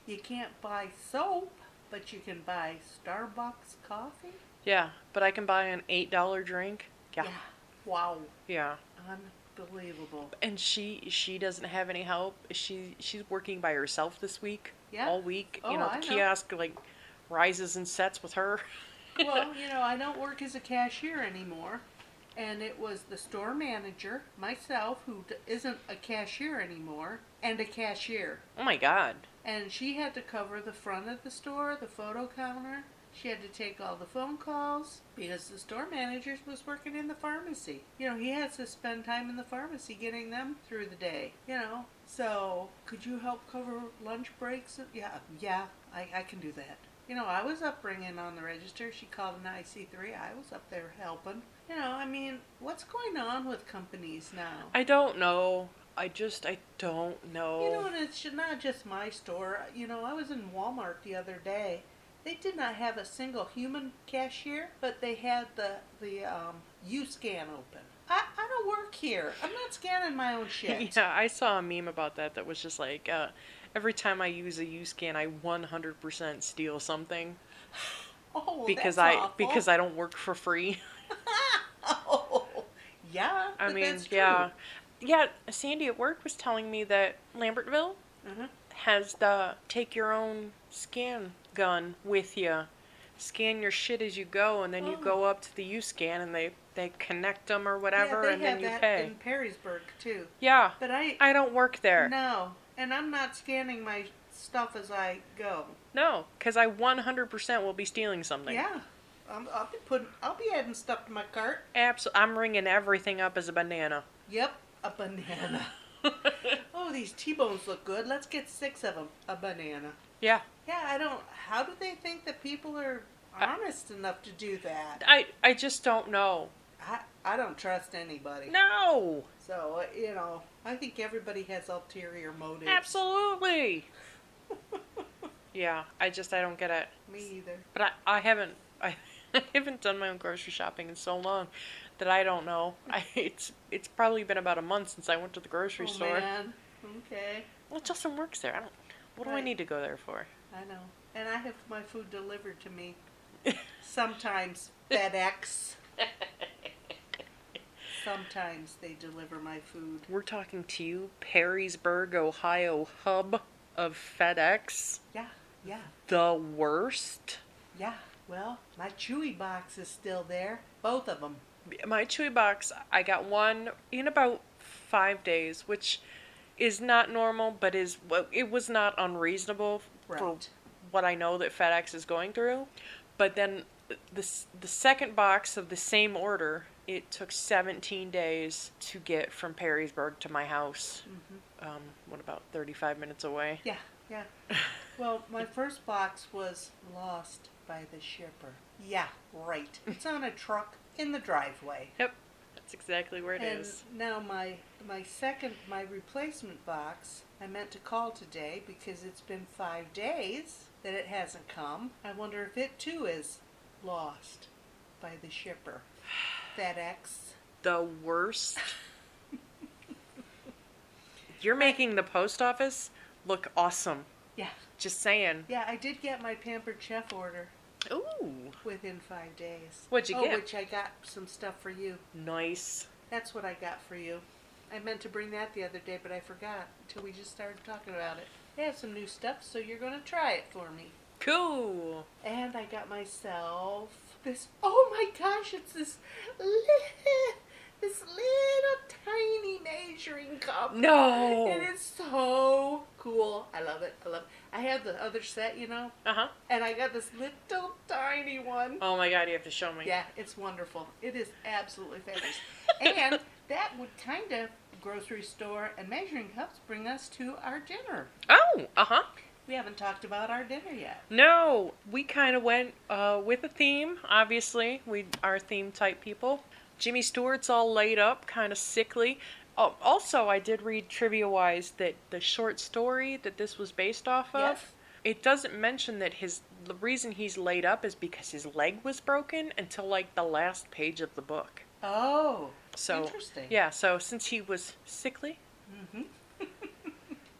You can't buy soap, but you can buy Starbucks coffee. Yeah, but I can buy an $8 drink. Yeah. Wow. Yeah. Unbelievable. Unbelievable. and she she doesn't have any help. She she's working by herself this week. Yeah. All week. Oh, you know, I the know. kiosk like rises and sets with her. <laughs> <laughs> well, you know, I don't work as a cashier anymore. And it was the store manager, myself, who d- isn't a cashier anymore, and a cashier. oh my god. And she had to cover the front of the store, the photo counter. She had to take all the phone calls because the store manager was working in the pharmacy. You know, he has to spend time in the pharmacy getting them through the day, you know. So, could you help cover lunch breaks? Yeah, yeah, I, I can do that. You know, I was up ringing on the register. She called an IC3. I was up there helping. You know, I mean, what's going on with companies now? I don't know. I just I don't know. You <laughs> know, and it's ju- not just my store. You know, I was in Walmart the other day. They did not have a single human cashier, but they had the the um, U scan open. I, I don't work here. I'm not scanning my own shit. <laughs> yeah, I saw a meme about that that was just like uh, every time I use a U scan, I 100% steal something Oh, well, because that's I awful. because I don't work for free. <laughs> oh, <laughs> yeah. I but mean, that's true. yeah, yeah. Sandy at work was telling me that Lambertville Mhm. has the take your own scan gun with you. Scan your shit as you go, and then you Oh. go up to the U scan, and they they connect them or whatever, yeah, they and have then you that pay. in Perrysburg too. Yeah, But I, I don't work there. no, and I'm not scanning my stuff as I go. No, because I 100% will be stealing something. Yeah, I'm, I'll be putting, I'll be adding stuff to my cart. Abso- I'm ringing everything up as a banana. Yep, a banana. <laughs> oh, these T-bones look good. Let's get six of them. A banana. yeah, Yeah, I don't. How do they think that people are honest enough to do that? I I just don't know. I I don't trust anybody. No, So uh, you know, I think everybody has ulterior motives. <laughs> absolutely. Yeah, I just I don't get it. Me either. But I, I haven't <laughs> I, haven't done my own grocery shopping in so long that I don't know. I, it's it's probably been about a month since I went to the grocery oh store. man. Okay. Well, Justin works there. I don't. What do I Right. need to go there for? I know. And I have my food delivered to me. Sometimes FedEx. Sometimes they deliver my food. We're talking to you, Perrysburg, Ohio hub of FedEx. Yeah, yeah. The worst. Yeah, well, my Chewy box is still there. Both of them. My Chewy box, I got one in about five days, which is not normal, but is well, it was not unreasonable for Right. what I know that FedEx is going through. But then the s- the second box of the same order, it took 17 days to get from Perrysburg to my house. Um, what about 35 minutes away? Mm-hmm. Yeah, <laughs> yeah. Well, my first box was lost by the shipper. Yeah, <laughs> right. It's on a truck in the driveway. Yep, that's exactly where it is. and now my my second my replacement box I meant to call today because it's been five days that it hasn't come. I wonder if it too is lost by the shipper. <sighs> FedEx. The worst. You're making the post office look awesome. Yeah. Just saying. Yeah, I did get my pampered chef order. Ooh, Within five days. What'd you oh, get? Which I got some stuff for you. nice. That's what I got for you. I meant to bring that the other day, but I forgot until we just started talking about it. They have some new stuff, so you're gonna try it for me. Cool. And I got myself this. Oh my gosh! It's this little, this little tiny measuring cup. No. It is so cool. I love it. I love. It. I have the other set, you know, Uh huh. and I got this little tiny one. Oh my god, you have to show me. Yeah, it's wonderful. It is absolutely <laughs> fabulous. and that would kind of grocery store and measuring cups bring us to our dinner. Oh, uh huh. We haven't talked about our dinner yet. No, we kind of went uh, with a theme. Obviously, we are theme type people. Jimmy Stewart's all laid up, kind of sickly. Oh, also, I did read trivia wise that the short story that this was based off of. Yes. It doesn't mention that his the reason he's laid up is because his leg was broken until like the last page of the book. Oh, So Interesting. Yeah, so since he was sickly, mhm.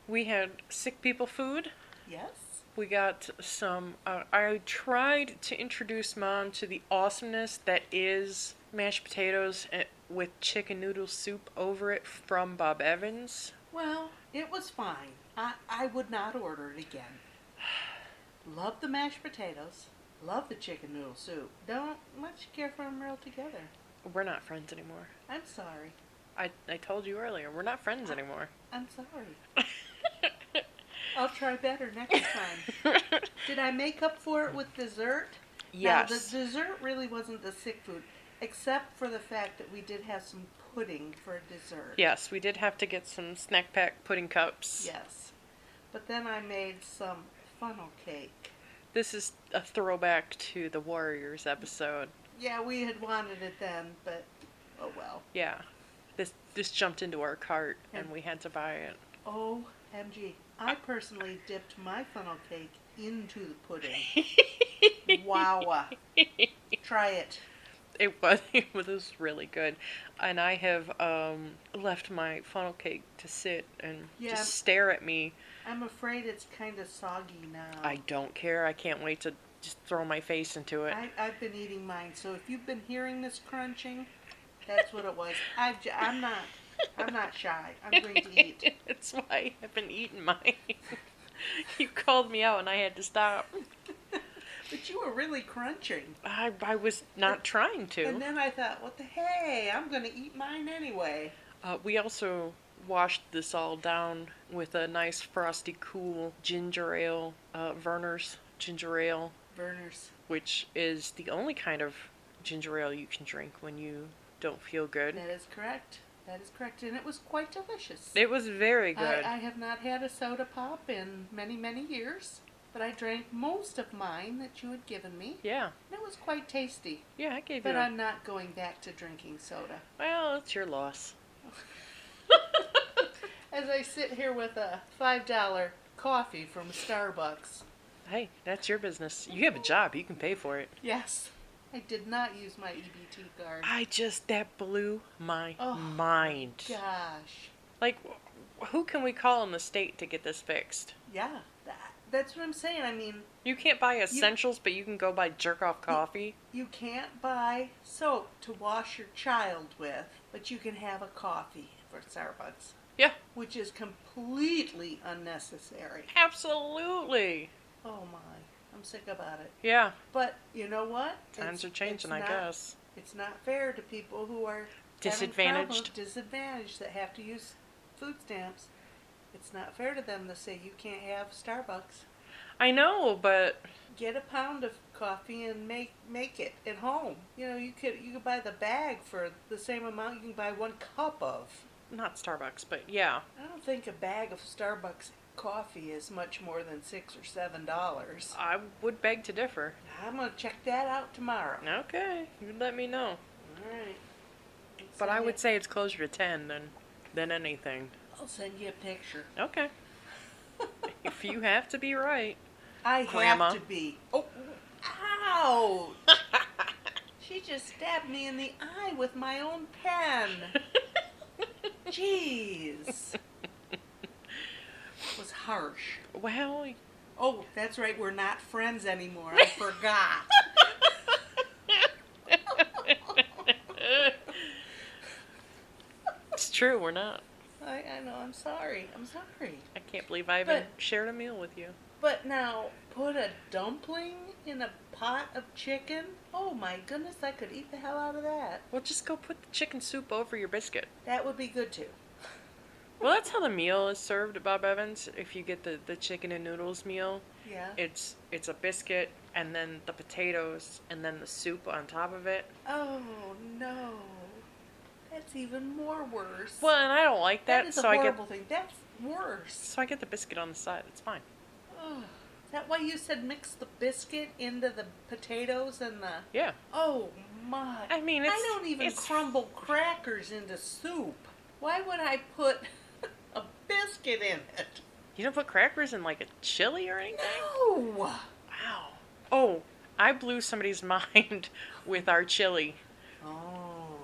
we had sick people food. <laughs> yes. We got some. Uh, I tried to introduce mom to the awesomeness that is mashed potatoes eh, with chicken noodle soup over it from Bob Evans. Well, it was fine. I, I would not order it again. <sighs> Love the mashed potatoes. Love the chicken noodle soup. Don't much care for them real together. We're not friends anymore. I'm sorry. I, I told you earlier, we're not friends anymore. <laughs> I'm sorry. <laughs> I'll try better <laughs> next time. Did I make up for it with dessert? yes. Now, the dessert really wasn't the sick food, except for the fact that we did have some pudding for dessert. Yes, we did have to get some snack pack pudding cups. Yes. But then I made some funnel cake. This is a throwback to the Warriors episode. Yeah, we had wanted it then, but oh well. Yeah. This this jumped into our cart and Yeah. we had to buy it. OMG. I personally dipped my funnel cake into the pudding. <laughs> Wow. Try it. It was <laughs> it was really good. And I have um left my funnel cake to sit and Yeah. just stare at me. I'm afraid it's kind of soggy now. I don't care. I can't wait to just throw my face into it. I, I've been eating mine, so if you've been hearing this crunching, that's what it was. I've, j- I'm not. I'm not shy. I'm going to <laughs> eat. <laughs> That's why I've been eating mine. <laughs> you called me out and I had to stop. But you were really crunching. I, I was not trying And to. then I thought, what the hey? I'm going to eat mine anyway. Uh, we also washed this all down with a nice frosty cool ginger ale, uh, Verner's ginger ale, Burners. which is the only kind of ginger ale you can drink when you don't feel good. That is correct. That is correct. And it was quite delicious. It was very good. I, I have not had a soda pop in many, many years, but I drank most of mine that you had given me. yeah, And it was quite tasty. yeah, I gave But you. A, I'm not going back to drinking soda. well, it's your loss. As I sit here with a $5 coffee from Starbucks. hey, that's your business. You have a job. You can pay for it. Yes, I did not use my EBT card. I just that blew my Oh, mind. Gosh. Like, wh- who can we call in the state to get this fixed? Yeah, that, that's what I'm saying. I mean, You can't buy essentials, but you can go buy jerk off coffee. you can't buy soap to wash your child with, but you can have a coffee for Starbucks. Yeah. Which is completely unnecessary. Absolutely. Oh my, I'm sick about it. Yeah, But you know what? times It's- are changing, it's I not- guess. It's not fair to people who are having Disadvantaged. problems- disadvantaged that have to use food stamps. It's not fair to them to say you can't have Starbucks. I know, but Get a pound of coffee and make make it at home. You know, you could you could buy the bag for the same amount you can buy one cup of. not Starbucks, but yeah. I don't think a bag of Starbucks coffee is much more than six or seven dollars. I would beg to differ. I'm gonna check that out tomorrow. Okay, you let me know. All right. I'll But send I you- would say it's closer to 10 than, than anything. I'll send you a picture. <laughs> Okay. if you have to be <laughs> right. I Grandma. have to be. Oh, ow! She just stabbed me in the eye with my own pen. Jeez. was harsh. well, Oh, that's right. We're not friends anymore. I forgot. <laughs> it's true, we're not. I, I know. I'm sorry. I'm sorry. I can't believe I even But- shared a meal with you. But now, put a dumpling in a pot of chicken? Oh my goodness, I could eat the hell out of that. Well, just go put the chicken soup over your biscuit. That would be good too. Well, that's how the meal is served at Bob Evans. If you get the, the chicken and noodles meal, Yeah. it's it's a biscuit and then the potatoes and then the soup on top of it. Oh no. That's even more worse. Well, and I don't like that, that is so a I get horrible thing. That's worse. so I get the biscuit on the side. It's fine. Ugh. Is that why you said mix the biscuit into the potatoes and the Yeah. Oh my I mean, it's I don't even it's- crumble crackers into soup. Why would I put <laughs> a biscuit in it? You don't put crackers in like a chili or anything. No. Wow. Oh, I blew somebody's <laughs> mind with our chili Oh.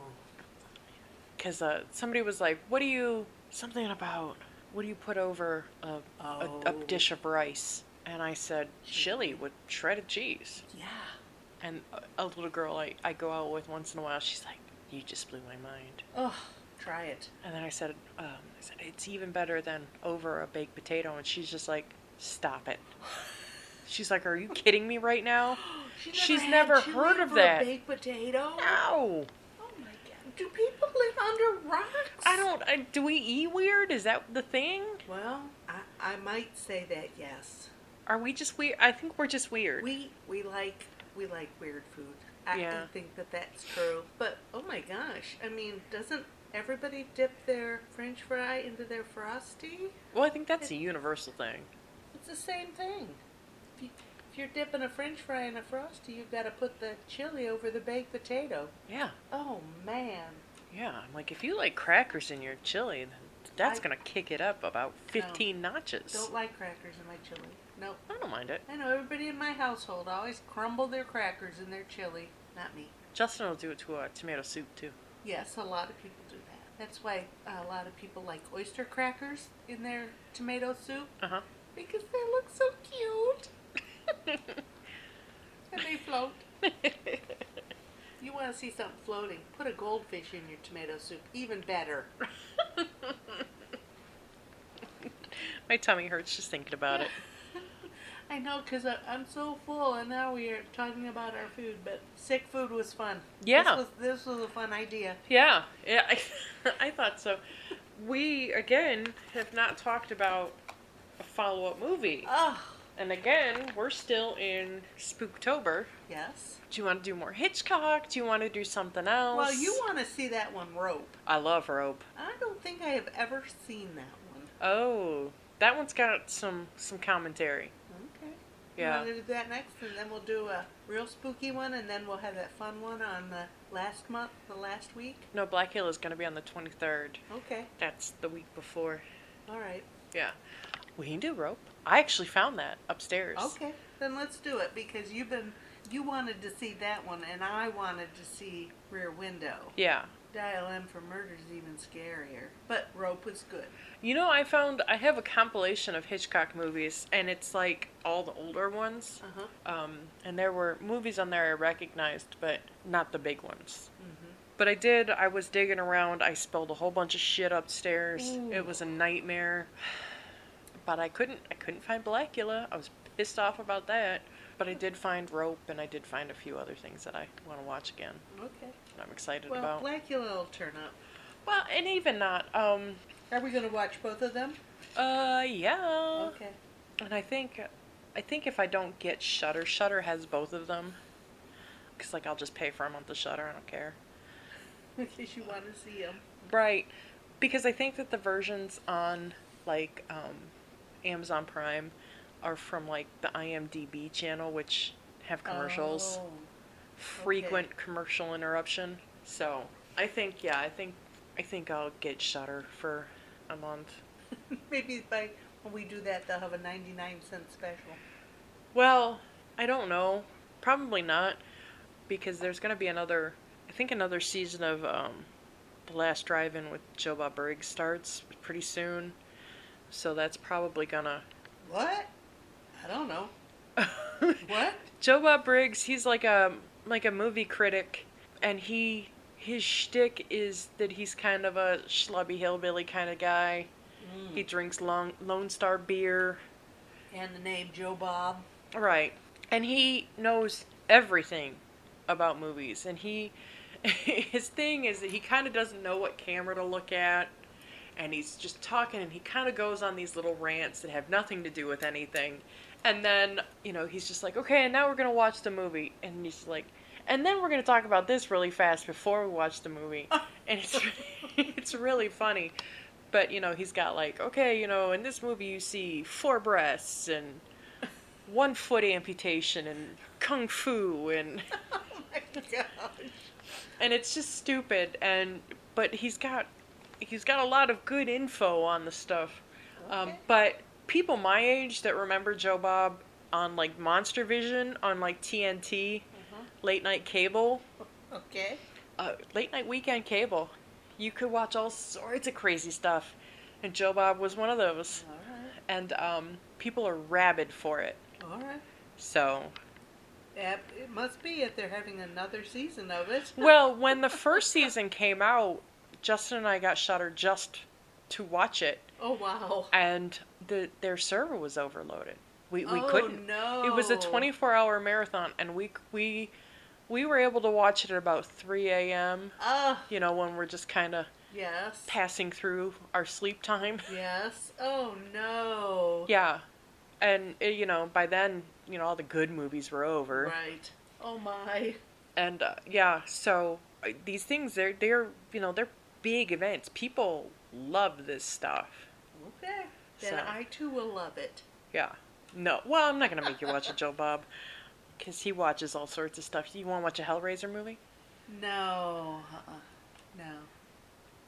because uh, somebody was like, "What do you something about? What do you put over a, a, a Oh. dish of rice?" And I said, "Chili with shredded cheese." Yeah. And a, a little girl I, I go out with once in a while, she's like, You just blew my mind. Oh, try <gasps> it. And then I said, um, I said, it's even better than over a baked potato. And she's just like, stop it. She's like, are you kidding me right now? She's had never chili heard of for a that. baked potato. No, Oh my god. Do people live under rocks? I don't. I, do we eat weird? Is that the thing? Well, I, I might say that yes. Are we just weird? I think we're just weird. We we like we like weird food. I do Yeah. think that that's It's true. But oh my gosh, I mean, doesn't everybody dip their French fry into their frosty? well, I think that's a universal thing. It's the same thing. If, you, if you're dipping a French fry in a frosty, you've got to put the chili over the baked potato. Yeah, Oh man, yeah. I'm like, if you like crackers in your chili, then that's I- gonna kick it up about 15 notches. don't like crackers in my chili. Nope. I don't mind it. I know everybody in my household always crumble their crackers in their chili. Not me. Justin will do it to uh, tomato soup too. Yes, a lot of people do that. That's why uh, a lot of people like oyster crackers in their tomato soup Uh huh. because they look so cute and they float. You want to see something floating? Put a goldfish in your tomato soup. Even better. <laughs> My tummy hurts just thinking about it. <laughs> I know, because I'm so full, and now we are talking about our food. But sick food was fun. Yeah. This was, this was a fun idea. <laughs> Yeah, yeah, I, <laughs> I thought so. We again have not talked about a follow-up movie, Oh, and again we're still in Spooktober. yes. Do you want to do more Hitchcock? Do you want to do something else? Well, you want to see that one rope. I love Rope. I don't think I have ever seen that one. Oh, that one's got some some commentary. Okay. Yeah, You want to do that next, and then we'll do a real spooky one, and then we'll have that fun one on the last month, the last week. no, Black Hill is going to be on the twenty third. Okay. That's the week before. All right. Yeah, we can do Rope. I actually found that upstairs. Okay. Then let's do it because you've been you wanted to see that one, and I wanted to see Rear Window. Yeah. Dial M for Murder is even scarier, but Rope was good. You know, I found I have a compilation of Hitchcock movies, and it's like all the older ones. Uh huh. Um, and there were movies on there I recognized, but not the big ones. Mm-hmm. But I did. I was digging around. I spilled a whole bunch of shit upstairs. Ooh. It was a nightmare. But I couldn't. I couldn't find Blackula. I was pissed off about that. But I did find Rope, and I did find a few other things that I want to watch again. Okay. That I'm excited Well, about. Blackula will turn up. well, and even not. Um. Are we gonna watch both of them? Uh. Yeah. Okay. <laughs> And I think, I think if I don't get Shutter, Shutter has both of them. Cause like I'll just pay for a month of Shutter. I don't care. In case you want to see them. Right. Because I think that the versions on like um, Amazon Prime are from like the IMDb channel, which have commercials, Oh, frequent commercial interruption. So I think yeah, I think I think I'll get Shutter for a month. <laughs> Maybe by when we do that, they'll have a 99 cent special. Well, I don't know. Probably not, because there's going to be another. I think another season of um, the Last Drive-In with Joe Bob Briggs starts pretty soon, so that's probably gonna. <laughs> What? I don't know. What? Joe Bob Briggs, he's like a like a movie critic, and he his shtick is that he's kind of a schlubby hillbilly kind of guy. He drinks long, Lone Star beer. Mm. And the name Joe Bob. <laughs> Right. And he knows everything about movies. And he <laughs> his thing is that he kind of doesn't know what camera to look at and he's just talking and he kind of goes on these little rants that have nothing to do with anything. And then, you know, he's just like, "Okay, and now we're going to watch the movie." And he's like, "And then we're going to talk about this really fast before we watch the movie." and it's <laughs> it's really funny. But, you know, he's got like, "Okay, you know, in this movie you see four breasts and one foot amputation and kung fu and Oh my gosh. and it's just stupid and but he's got he's got a lot of good info on the stuff um, Okay. but people my age that remember joe bob on like monster vision on like tnt late night cable Okay. uh, late night weekend cable you could watch all sorts of crazy stuff and joe bob was one of those All right. and um, people are rabid for it All right. so Yep, it must be if they're having another season of it. <laughs> Well, when the first season came out, Justin and I got Shutter just to watch it, Oh wow. and the their server was overloaded. We we oh, couldn't. No. It was a 24-hour marathon, and we we we were able to watch it at about 3 a.m. Ah, You know, when we're just kind of yes. passing through our sleep time. <laughs> Yes. Oh no. Yeah, and uh, you know, by then, you know, all the good movies were over. Right. Oh my. and uh, yeah so uh, these things they're they're you know they're big events people love this stuff Okay. Then So. I too will love it. yeah no well i'm not gonna make you watch a joe bob because he watches all sorts of stuff you want to watch a hellraiser movie No. Uh-uh. No.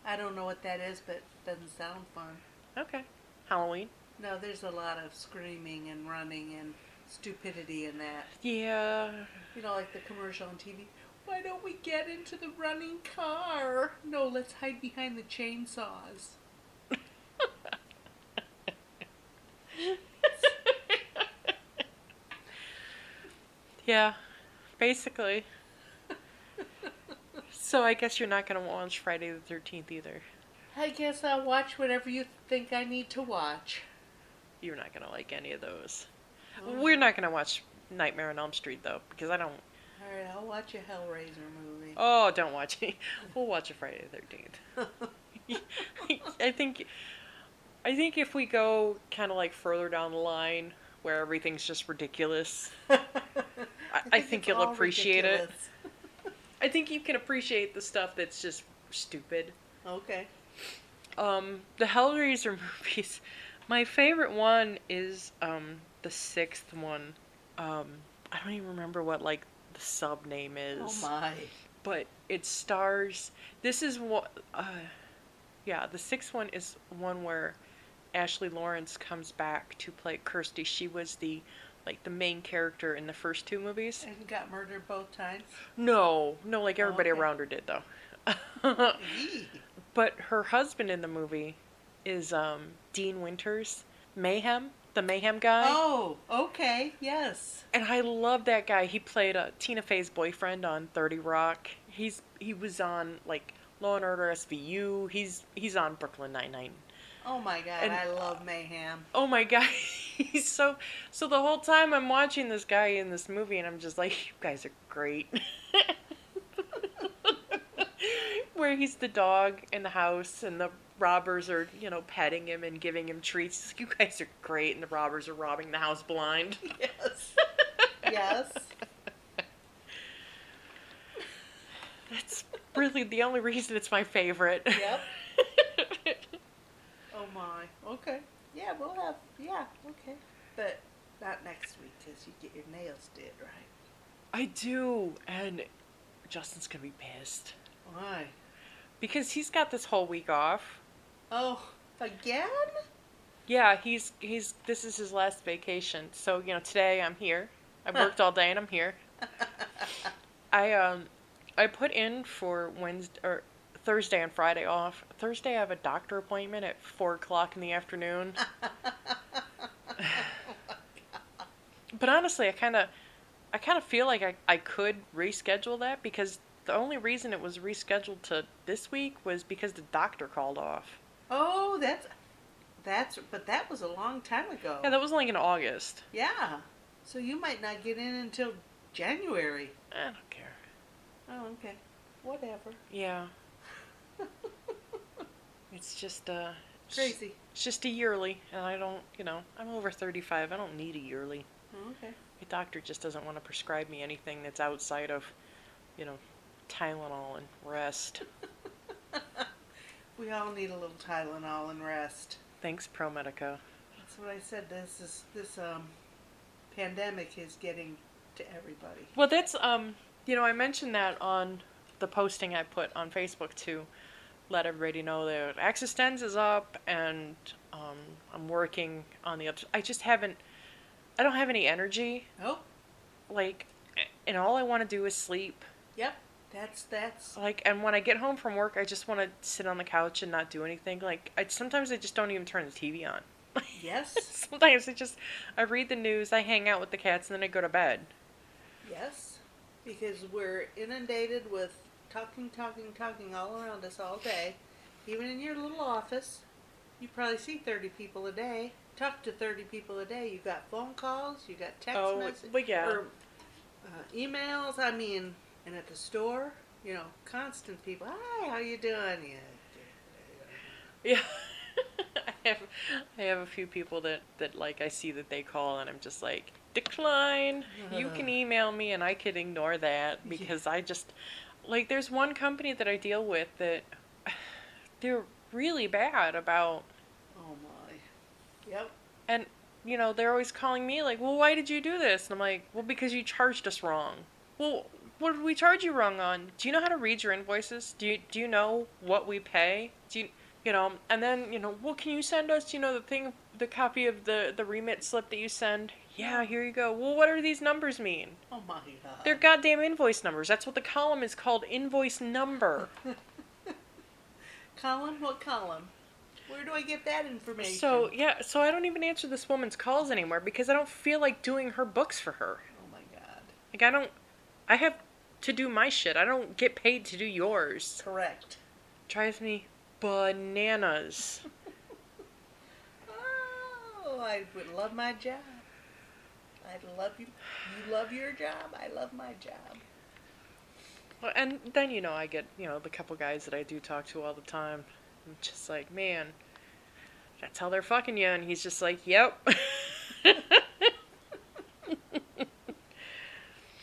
I don't know what that is, but it doesn't sound fun. okay halloween No, there's a lot of screaming and running and stupidity in that. yeah <laughs> You know, like the commercial on TV. Why don't we get into the running car? No, let's hide behind the chainsaws. <laughs> yeah basically so i guess you're not gonna watch friday the 13th either I guess I'll watch whatever you think I need to watch. you're not gonna like any of those Oh. We're not gonna watch Nightmare on Elm Street though, because I don't. All right, I'll watch a Hellraiser movie. Oh, don't watch it. <laughs> We'll watch a Friday the Thirteenth. <laughs> <laughs> I think, I think if we go kind of like further down the line where everything's just ridiculous, I, I think it's you'll all appreciate it. ridiculous. I think you can appreciate the stuff that's just stupid. Okay. Um, the Hellraiser <laughs> movies. My favorite one is um the sixth one. Um, I don't even remember what like the sub name is. Oh my. but it stars. This is what, uh, yeah, the sixth one is one where Ashley Lawrence comes back to play Kirsty. She was the like the main character in the first two movies. And got murdered both times. No, no, like Oh, everybody okay. around her did though. <laughs> Yee. but her husband in the movie is um, Dean Winters, Mayhem, the Mayhem guy, Oh, okay. Yes. and I love that guy. He played uh, Tina Fey's boyfriend on Thirty Rock. He's he was on like Law and Order SVU. He's he's on Brooklyn Nine Nine. Oh my God, And- I love mayhem. Oh my <laughs> god, he's so so. The whole time I'm watching this guy in this movie, and I'm just like, you guys are great. <laughs> Where he's the dog in the house, and the robbers are you know petting him and giving him treats. He's like, you guys are great, and the robbers are robbing the house blind. <laughs> Yes. yes. That's really the only reason it's my favorite. Yep. Oh my. Okay. Yeah, we'll have. Yeah. Okay. But not next week because you get your nails did, right? <laughs> I do, and Justin's gonna be pissed Why? because he's got this whole week off. Oh, again? Yeah, he's he's this is his last vacation. So, you know, today I'm here. I worked all day and I'm here. I um I put in for Wednesday or Thursday and Friday off. Thursday I have a doctor appointment at four o'clock in the afternoon. But honestly I kinda I kinda feel like I, I could reschedule that because the only reason it was rescheduled to this week was because the doctor called off. oh, that's that's. But that was a long time ago. Yeah, that was like in August. Yeah. So you might not get in until January. I don't care. Oh, okay. Whatever. <laughs> Yeah. It's just uh it's- Crazy. It's just a yearly and I don't, you know, I'm over 35. I don't need a yearly. Okay. My doctor just doesn't want to prescribe me anything that's outside of, you know, Tylenol and rest. <laughs> We all need a little Tylenol and rest. Thanks ProMedica. That's what I said. This is this um pandemic is getting to everybody. Well, that's um, you know, I mentioned that on the posting I put on Facebook to let everybody know that Existenz is up and um, I'm working on the other. I just haven't I don't have any energy Oh, like and all I want to do is sleep. yep. That's <laughs> that's Like and when I get home from work, I just want to sit on the couch and not do anything. Like I sometimes I just don't even turn the TV on. <laughs> yes. sometimes I just I read the news, I hang out with the cats and then I go to bed. <laughs> Yes, because we're inundated with talking, talking, talking all around us all day. Even in your little office, you probably see 30 people a day, talk to 30 people a day. You got phone calls, you got text Oh, messages, but yeah. or uh, emails. I mean, and at the store, you know, constant people. Hi, how you doing? Yeah. Yeah. <laughs> I have I have a few people that, that like I see that they call and I'm just like, decline. You can email me and I could ignore that because I just like there's one company that I deal with that <sighs> they're really bad about Oh my. Yep. and you know, they're always calling me like, Well, why did you do this? And I'm like, Well, because you charged us wrong. Well, what did we charge you wrong on? Do you know how to read your invoices? Do you do you know what we pay? Do you you know, and then, you know, well can you send us, you know, the thing the copy of the, the remit slip that you send? Yeah, here you go. Well what do these numbers mean? Oh my god. They're goddamn invoice numbers. That's what the column is called invoice number. <laughs> Column, what column? Where do I get that information? So yeah, so I don't even answer this woman's calls anymore because I don't feel like doing her books for her. Oh my god. Like I don't I have to do my shit. I don't get paid to do yours. Correct. drives me bananas. Oh, I would love my job. I love you. You love your job. I love my job. Well, and then you know I get, you know, the couple guys that I do talk to all the time. I'm just like, "Man, that's how they're fucking you." And he's just like, "Yep." <laughs>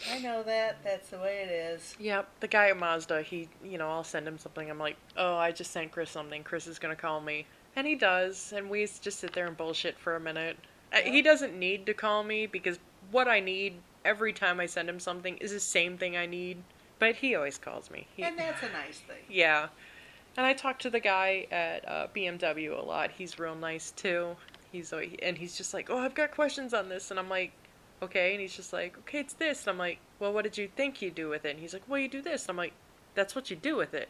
I know that. That's the way it is. Yep, the guy at Mazda, he, you know, I'll send him something. I'm like, oh, I just sent Chris something. Chris is going to call me. And he does. And we just sit there and bullshit for a minute. Uh He doesn't need to call me because what I need every time I send him something is the same thing I need. But he always calls me. He, And that's a nice thing. yeah. And I talk to the guy at uh, BMW a lot. He's real nice too. He's al- and he's just like, "Oh, I've got questions on this." And I'm like, "Okay." And he's just like, "Okay, it's this." And I'm like, "Well, what did you think you do with it?" And he's like, "Well, you do this." And I'm like, "That's what you do with it."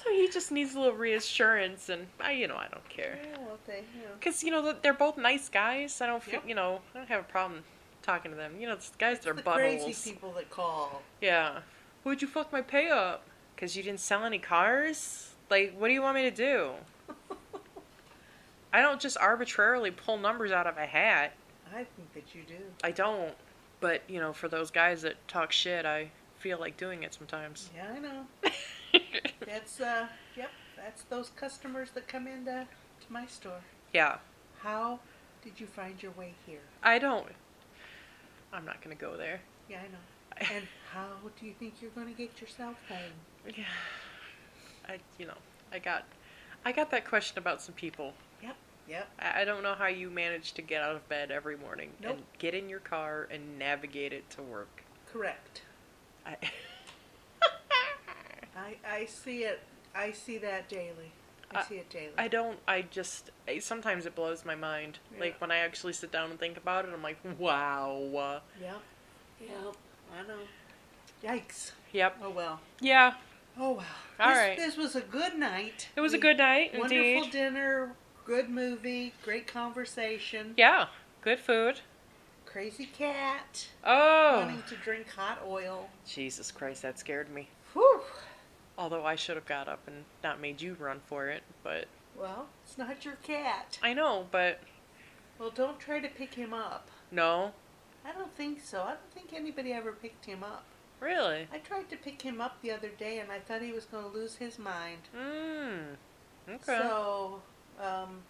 so he just needs a little reassurance, and I, you know, I don't care. <laughs> Yeah, what they do. Because, you know, th- they're both nice guys. I don't feel, Yep. you know, I don't have a problem talking to them. You know, these guys that are The buttholes. crazy people that call. Yeah. Would you fuck my pay up? Because you didn't sell any cars? Like, what do you want me to do? I don't just arbitrarily pull numbers out of a hat. I think that you do. I don't. But, you know, for those guys that talk shit, I feel like doing it <laughs> sometimes. Yeah, I know. That's uh, yep. That's those customers that come into to my store. yeah. How did you find your way here? I don't. I'm not going to go there. Yeah, I <laughs> know. And how do you think you're going to get yourself home? Yeah. I, you know, I got. I got that question about some people. Yep. I I don't know how you manage to get out of bed every morning and Nope. get in your car and navigate it to work. Correct. I, <laughs> I I see it. I see that daily. I I- see it daily. Uh, I don't. I just I, sometimes it blows my mind. Yeah. Like when I actually sit down and think about it, I'm like, wow. Yep. Yep. I know. Yikes. Yep. Oh well. Yeah. Oh well. All this, right. This was a good night. It was a We- good night, Wonderful indeed. dinner. Good movie. Great conversation. Yeah. Good food. Crazy cat Oh. wanting to drink hot oil. Jesus Christ, that scared me. Whew. Although I should have got up and not made you run for it, but Well, it's not your cat. I know, but Well, don't try to pick him up. no. I don't think so. I don't think anybody ever picked him up. Really? I tried to pick him up the other day, and I thought he was going to lose his mind. Mmm. Okay. So, um,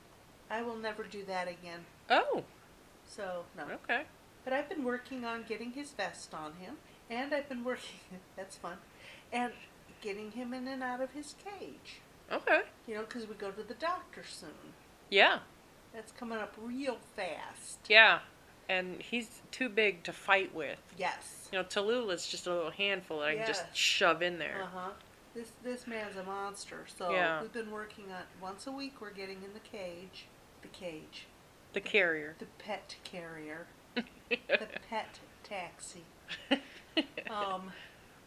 I will never do that again. oh, So, no. okay. But I've been working on getting his vest on him, and I've been working, <laughs> that's fun, and getting him in and out of his cage. Okay. You know, because we go to the doctor soon. Yeah. That's coming up real fast. Yeah. And he's too big to fight with. Yes. You know, Tallulah's just a little handful that I can Yeah. just shove in there. Uh huh. This, this man's a monster. So, Yeah. we've been working on once a week, we're getting in the cage. The cage. The carrier. <laughs> The pet carrier. the pet <laughs> taxi. Um,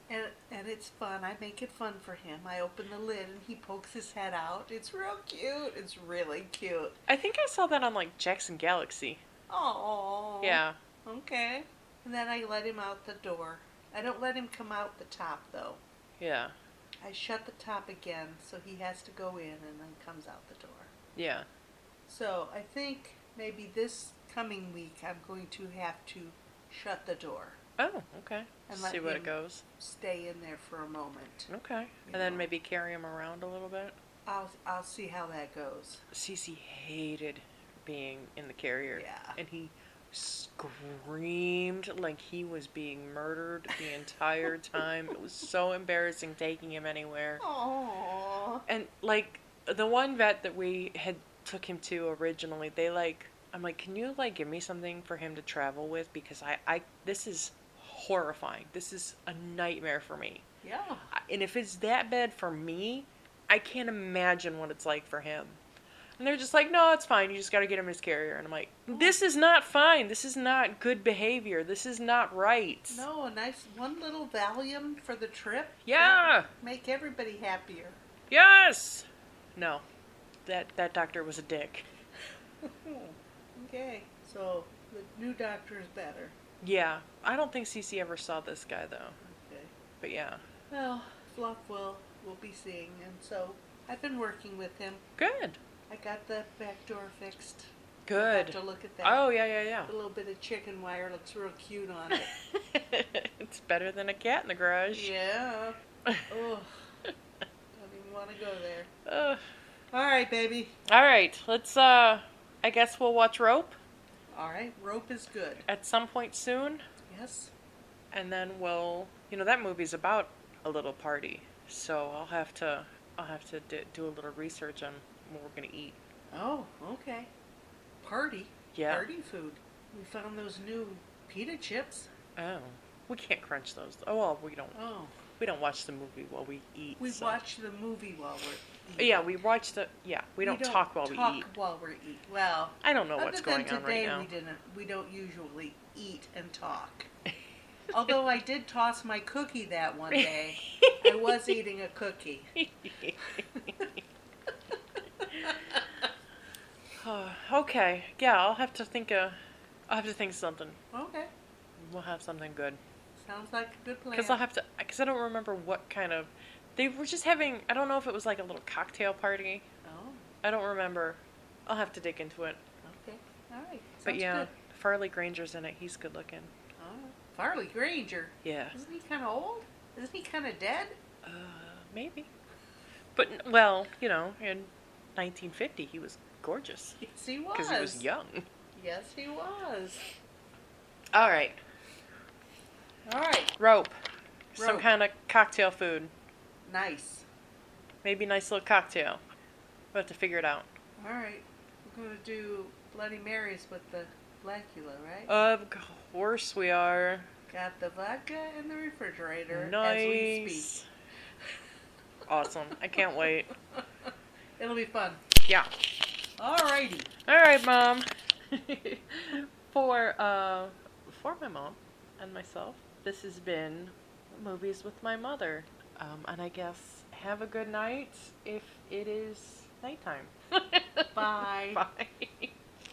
and and it's fun. I make it fun for him. I open the lid and he pokes his head out. It's real cute. It's really cute. I think I saw that on like Jackson Galaxy. Oh. Yeah. Okay. and then I let him out the door. I don't let him come out the top though. Yeah. I shut the top again, so he has to go in and then comes out the door. Yeah. So I think maybe this coming week I'm going to have to shut the door, Oh, okay. And let See what him- it goes. stay in there for a moment. Okay. You And then know. maybe carry him around a little bit. I'll I'll see how that goes. Cece hated being in the carrier. Yeah. And he screamed like he was being murdered the entire <laughs> time. It was so embarrassing taking him anywhere. Oh. And like the one vet that we had took him to originally, they like I'm like, "Can you like give me something for him to travel with because I I this is horrifying. This is a nightmare for me." Yeah. and if it's that bad for me, I can't imagine what it's like for him. And they're just like, no, it's fine. You just got to get him his carrier. And I'm like, this is not fine. This is not good behavior. This is not right. No, a nice one little Valium for the trip. Yeah. Make everybody happier. Yes. No. That that doctor was a dick. Hmm. okay. So the new doctor is better. Yeah. I don't think Cece ever saw this guy though. Okay. But yeah. Well, Flopwell will be seeing, and so I've been working with him. Good. I got the back door fixed. I'll have Good. to look at that. Oh yeah yeah A little bit of chicken wire looks real cute on it. yeah. it's better than <laughs> a cat in the garage. <laughs> yeah. Yeah. Oh, don't even want to go there. Ugh. All right, baby. All right, let's. uh I guess we'll watch Rope All right, rope is good. at some point soon, Yes. and then we'll. You know that movie's about a little party, so I'll have to. I'll have to d- do a little research on what we're gonna eat. Oh, okay. Party. Yeah. Party food. We found those new pita chips. Oh, we can't crunch those. Oh well, we don't. Oh. We don't watch the movie while we eat. We so- watch the movie while we're eating. Yeah, we watch the. Yeah, we don't, talk while talk we eat. while we're eating. Well, I don't know other what's than going on right today, now. we didn't. We don't usually eat and <laughs> talk. Although I did toss my cookie that <laughs> one day. I was eating a cookie. <laughs> Oh, <sighs> okay. Yeah, I'll have to think. Uh, I'll have to think something. Okay. We'll have something good. Sounds like a good plan. Because I'll have to, because I don't remember what kind of. They were just having, I don't know if it was like a little cocktail party. oh, I don't remember. I'll have to dig into it. okay. All right. Sounds but yeah, good. Farley Granger's in it. He's good looking. All right. Farley Granger. Yeah. Isn't he kind of old? Isn't he kind of dead? Uh, maybe. But, n- well, you know, in 1950, he was gorgeous. Yes, he was. Because he was young. Yes, he was. All right. All right. Rope. Some Rope. kind of cocktail food. Nice. Maybe nice little cocktail. We'll have to figure it out. All right. We're going to do Bloody Marys with the Blackula, right? Of course we are. Got the vodka in the refrigerator Nice. as we speak. Awesome. I can't wait. It'll be fun. Yeah. All righty. All right, mom. <laughs> for uh for my mom and myself, this has been movies with my mother. Um, and I guess have a <laughs> good night if it is nighttime. Bye. Bye.